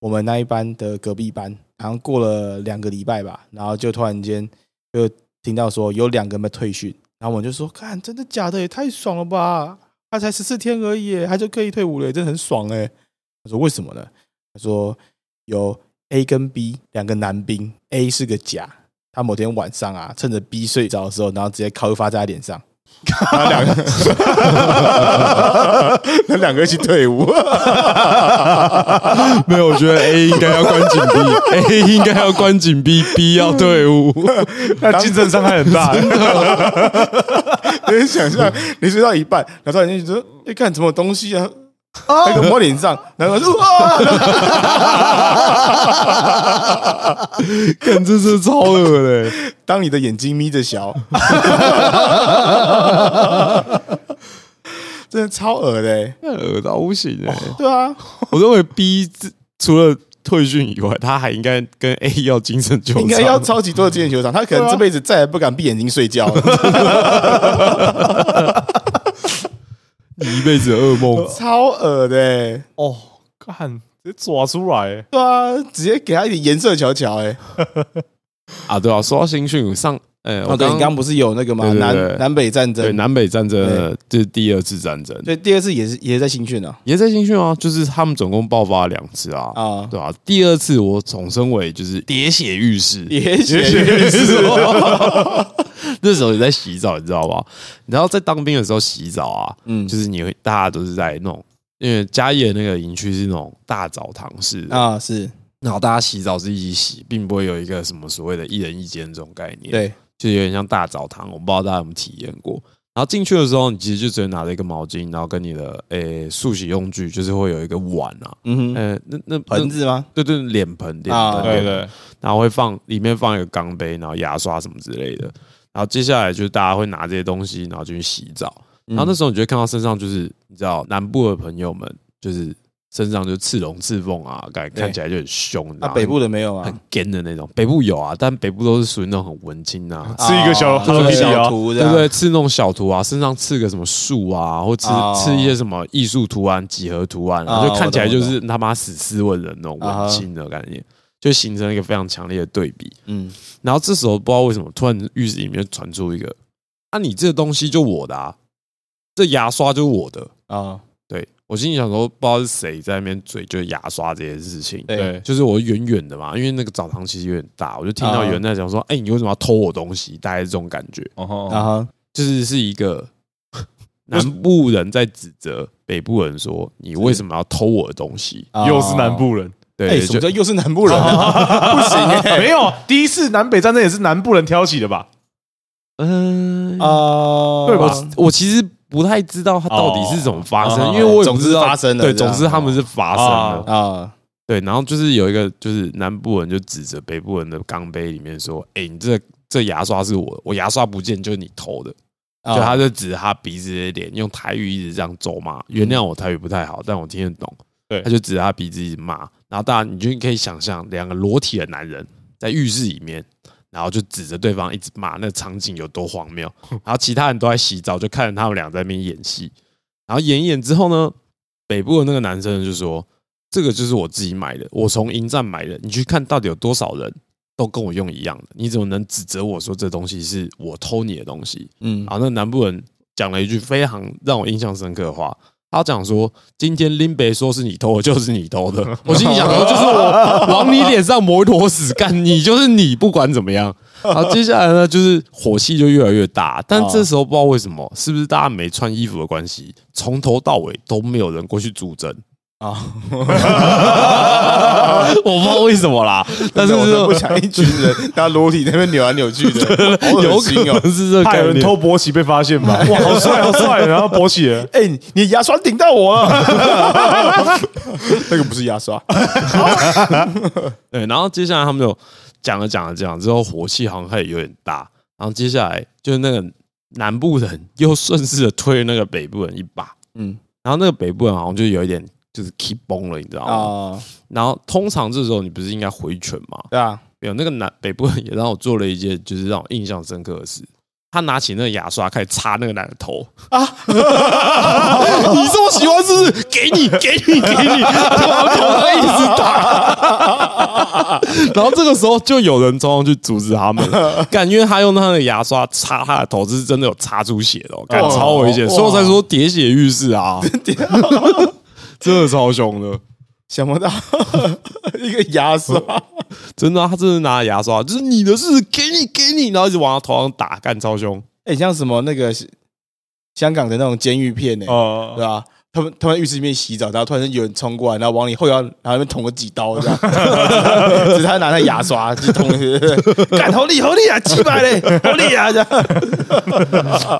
A: 我们那一班的隔壁班，好像过了两个礼拜吧，然后就突然间就听到说有两个人被退训，然后我们就说：“看，真的假的？也太爽了吧！他才十四天而已，他就可以退伍了，真的很爽哎。”他说：“为什么呢？”他说：“有 A 跟 B 两个男兵，A 是个甲，他某天晚上啊，趁着 B 睡着的时候，然后直接靠一发在他脸上。”他两个， <laughs> 那两个一起退伍，
C: 没有，我觉
A: <laughs>
C: 得 A 应该要关紧闭，A 应该要关紧闭，B 要退伍。
B: 那竞争伤害很大。
A: <laughs> 你想象，你睡到一半，然后突然间就说：“哎、看什么东西啊？”那个摸脸上，然后说哇，
C: 看，这是超恶的欸、 <laughs>
A: 当你的眼睛眯着 <laughs> 小，真的超恶的、欸，
C: 那恶到不行哎、
A: 对啊，
C: 我认为 B 自除了退训以外，他还应该跟 A 要精神纠缠，
A: 应该要超级多的经验球场，他可能这辈子再也不敢闭眼睛睡觉了，
C: 你一辈子的噩梦。
A: 超恶的、欸，
B: 哦，干，直接抓出来欸。
A: 对啊，直接给他一点颜色瞧瞧、欸，
C: 啊，对啊，说到新训上，呃，我刚
A: 不是有那个
C: 嘛对对南对
A: 南北战
C: 对，南北战争的这是第二次战争，
A: 所以第二次也是也是在新训啊，
C: 也在新训啊，就是他们总共爆发了两次啊，
A: 啊，
C: 对啊，第二次我重生为就是喋血浴室，
A: 也许
C: 是 <laughs> 那时候也在洗澡，你知道吧？你知道在当兵的时候洗澡啊，
A: 嗯
C: 就是你会大家都是在那种，因为嘉义的那个营区是那种大澡堂式的，
A: 啊是
C: 然后大家洗澡是一起洗，并不会有一个什么所谓的一人一间这种概念，，
A: 对，
C: 就有点像大澡堂，我不知道大家有没有体验过。然后进去的时候，你其实就只能拿着一个毛巾，然后跟你的诶漱洗用具，就是会有一个碗啊，
A: 嗯哼，
C: 呃，那那
A: 盆，子吗？
C: 那对对，脸盆，脸
A: 啊
C: 盆，
B: 对
C: 脸盆
B: 对，
C: 然后会放里面放一个钢杯，然后牙刷什么之类的。然后接下来就是大家会拿这些东西，然后就去洗澡。
A: 嗯
C: 然后那时候你就会看到身上就是你知道南部的朋友们就是身上就刺龙刺凤啊，感
A: 对
C: 看起来就很凶，你知
A: 啊，
C: 道吗
A: 北部的没有啊
C: 很，干的那种。北部有啊，但北部都是属于那种很文青啊，
B: 吃一个小
A: 啊
B: Hello
A: 对
B: Kitty
A: 小
B: 哦
A: 图这
C: 对
A: 样，
C: 不对？刺那种小图啊，身上刺个什么树啊，或刺
A: 哦
C: 刺一些什么艺术图案、几何图案啊，
A: 哦
C: 就看起来
A: 我懂我
C: 就
A: 懂
C: 是他妈死斯文人那种
A: 啊哈
C: 文青的概念，就形成了一个非常强烈的对比。
A: 嗯，
C: 然后这时候不知道为什么，突然浴室里面传出一个：“啊，你这东西就我的啊，这牙刷就我的。
A: 啊，
C: 对”我心里想说，不知道是谁在那边嘴就是牙刷这件事情。
A: 对
B: 对，
C: 就是我远远的嘛，因为那个澡堂其实有点大，我就听到
A: 啊
C: 有人在讲说：“哎、你为什么要偷我东西？”大概是这种感觉，
B: 哦吼
A: 然后
C: 就是是一
A: <laughs>
C: 个南部人在指责北部人说：“你为什么要偷我的东西
B: 又是南，部人，？”
A: 啊哎，
C: 对，
A: 什么
C: 就
A: 叫又是南部人啊？不行哎，
B: <laughs> 没有啊第一次南北战争也是南部人挑起的吧？
C: 嗯
A: 啊，
B: 对吧
C: 我我其实不太知道它到底是怎么发生，
B: 哦
C: 因为我也
A: 总
C: 不
A: 之
C: 知道
A: 发生了
C: 对，
A: 这样
C: 总之他们是发生了。
A: 啊，
C: 对，然后就是有一个就是南部人就指着北部人的钢杯里面说：“哎、你这这牙刷是我的，我牙刷不见就是你偷的。”
A: 啊
C: 就他就指着他鼻子的脸，用台语一直这样咒骂。原谅我台语不太好，但我听得懂。
B: 对
C: 他就指着他鼻子一直骂。然后大家，你就可以想象两个裸体的男人在浴室里面，然后就指着对方一直骂，那场景有多荒谬。然后其他人都在洗澡，就看着他们俩在那边演戏。然后演一演之后呢，北部的那个男生就说：“这个就是我自己买的，我从营站买的。你去看到底有多少人都跟我用一样的，你怎么能指责我说这东西是我偷你的东西？”
A: 嗯
C: 啊，那南部人讲了一句非常让我印象深刻的话，他讲说：“今天林北说是你偷的，就是你偷的。”我心里想说：“就是我往你脸上抹一坨屎，干你就是你，不管怎么样。”好，接下来呢，就是火气就越来越大，但这时候不知道为什么，是不是大家没穿衣服的关系，从头到尾都没有人过去助阵。 <laughs>
A: 啊，
C: 我不知道为什么啦，但是
A: 我
C: 这
A: 真的
C: 种
A: 不想一群人， <laughs> 大家裸体在那边扭来扭去的，好
C: 有
A: 恶
C: 可
A: 心哦！
C: 能是这个
B: 怕
C: 概
B: 有人
C: 念
B: 偷勃起被发现吧？哇，好帅，好帅！然后勃起了，
A: 哎，你你牙刷顶到我了，那个不是牙刷，
C: 对，然后接下来他们就讲了讲了讲了之后，火气好像开始有点大。然后接下来就是那个南部人又顺势的推了那个北部人一把，
A: 嗯
C: 然后那个北部人好像就有一点就是 keep 崩了，你知道吗？
A: 啊，
C: 然后通常这时候你不是应该回拳吗？
A: 对啊，
C: 没有，那个南北部人也让我做了一件就是让我印象深刻的事。他拿起那个牙刷开始擦那个男的头啊！ <laughs> 你这么喜欢是不是？给你，给你，给你！他就往头上一直打。 <laughs> 然后这个时候就有人冲上去阻止他们，感觉他用他的牙刷擦他的头，这是真的有擦出血的、哦，感
A: 哇
C: 超危险，
A: 哇
C: 所以我才说喋血浴室啊，真的超凶的。
A: 想不到一个牙刷，
C: 真的啊、他真的拿牙刷，就是你的事，给你给你，然后一直往他头上打，干超凶。
A: 哎，像什么那个香港的那种监狱片呢？欸
B: 哦
A: 对，吧？他们他们在浴室里面洗澡，然后突然间有人冲过来，然后往你后腰，然后那边捅了几刀，这样。 <laughs> 只是他拿那牙刷去捅你，干好厉好厉啊，几百嘞，好厉啊！这样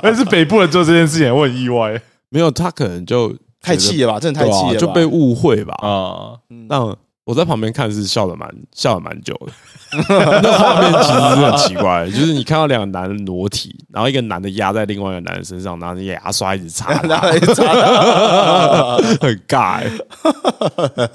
B: 但是北部人做这件事情，我很意外
C: 没有，他可能就
A: 太气了吧，真的
C: 觉
A: 太
C: 得，
A: 气了
C: 对
A: 吧，嗯
C: 啊，就被误会吧。
B: 啊。
C: 那我在旁边看是笑的蛮笑的蛮久的， <laughs> 那画面其实是很奇怪的，就是你看到两个男人裸体，然后一个男的压在另外一个男人身上，拿着牙刷一
A: <laughs>
C: 直擦他，
A: 然后一查到
C: 很尬、欸，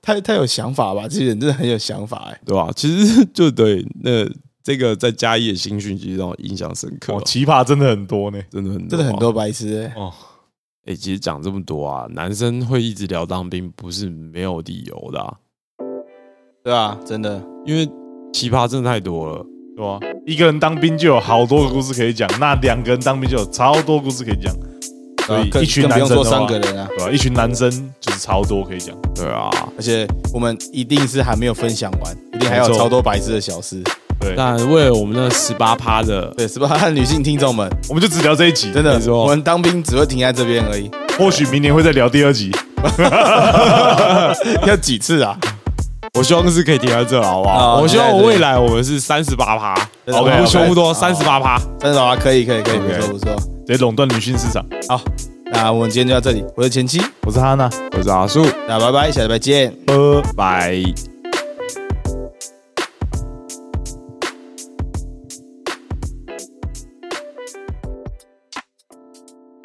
A: 太太有想法吧？这些人真的很有想法哎。
C: 对吧？其实就对那这个在嘉义的新讯息让我印象深刻
B: 哦，，奇葩真的很多呢。
C: 真的很
A: 真的很
C: 啊
A: 多白痴欸，
B: 哦，
C: 哎、其实讲这么多啊，男生会一直聊当兵不是没有理由的啊、
A: 对啊吧？真的，
C: 因为奇葩真的太多了。
B: 对啊，一个人当兵就有好多个故事可以讲，那两个人当兵就有超多故事可以讲，所以
A: 更
B: 一群
A: 啊更不
B: 男
A: 用
B: 生
A: 说
B: 的话
A: 三个人啊，
B: 对吧、一群男生就是超多可以讲。
C: 对啊，
A: 而且我们一定是还没有分享完，一定还有
B: 没错
A: 超多白痴的小事。
B: 对，
C: 但为了我们那十八趴的，
A: 对，是吧？ <laughs> 女性听众们，
B: 我们就只聊这一集，
A: 真的
C: 没，错
A: 我们当兵只会停在这边而
B: <laughs>
A: 已。
B: 或许明年会再聊第二集。
A: 要几次啊？
C: 我希望是可以停在这，好不
A: 啊
C: 好？我希望
A: 对对
C: 我
A: 对
C: 未来我们是三十八趴，
A: 对
C: 好，我们
B: OK，OK
C: 全部都三十八趴。
A: 真的啊，可以可以可以，不
C: OK
A: 错不错。
B: 得垄断女性市场。
A: 好，那我们今天就到这里。我是前妻，
B: 我是哈娜，
C: 我是阿树，
A: 那拜拜，下礼拜见。
B: 呃。
C: 拜。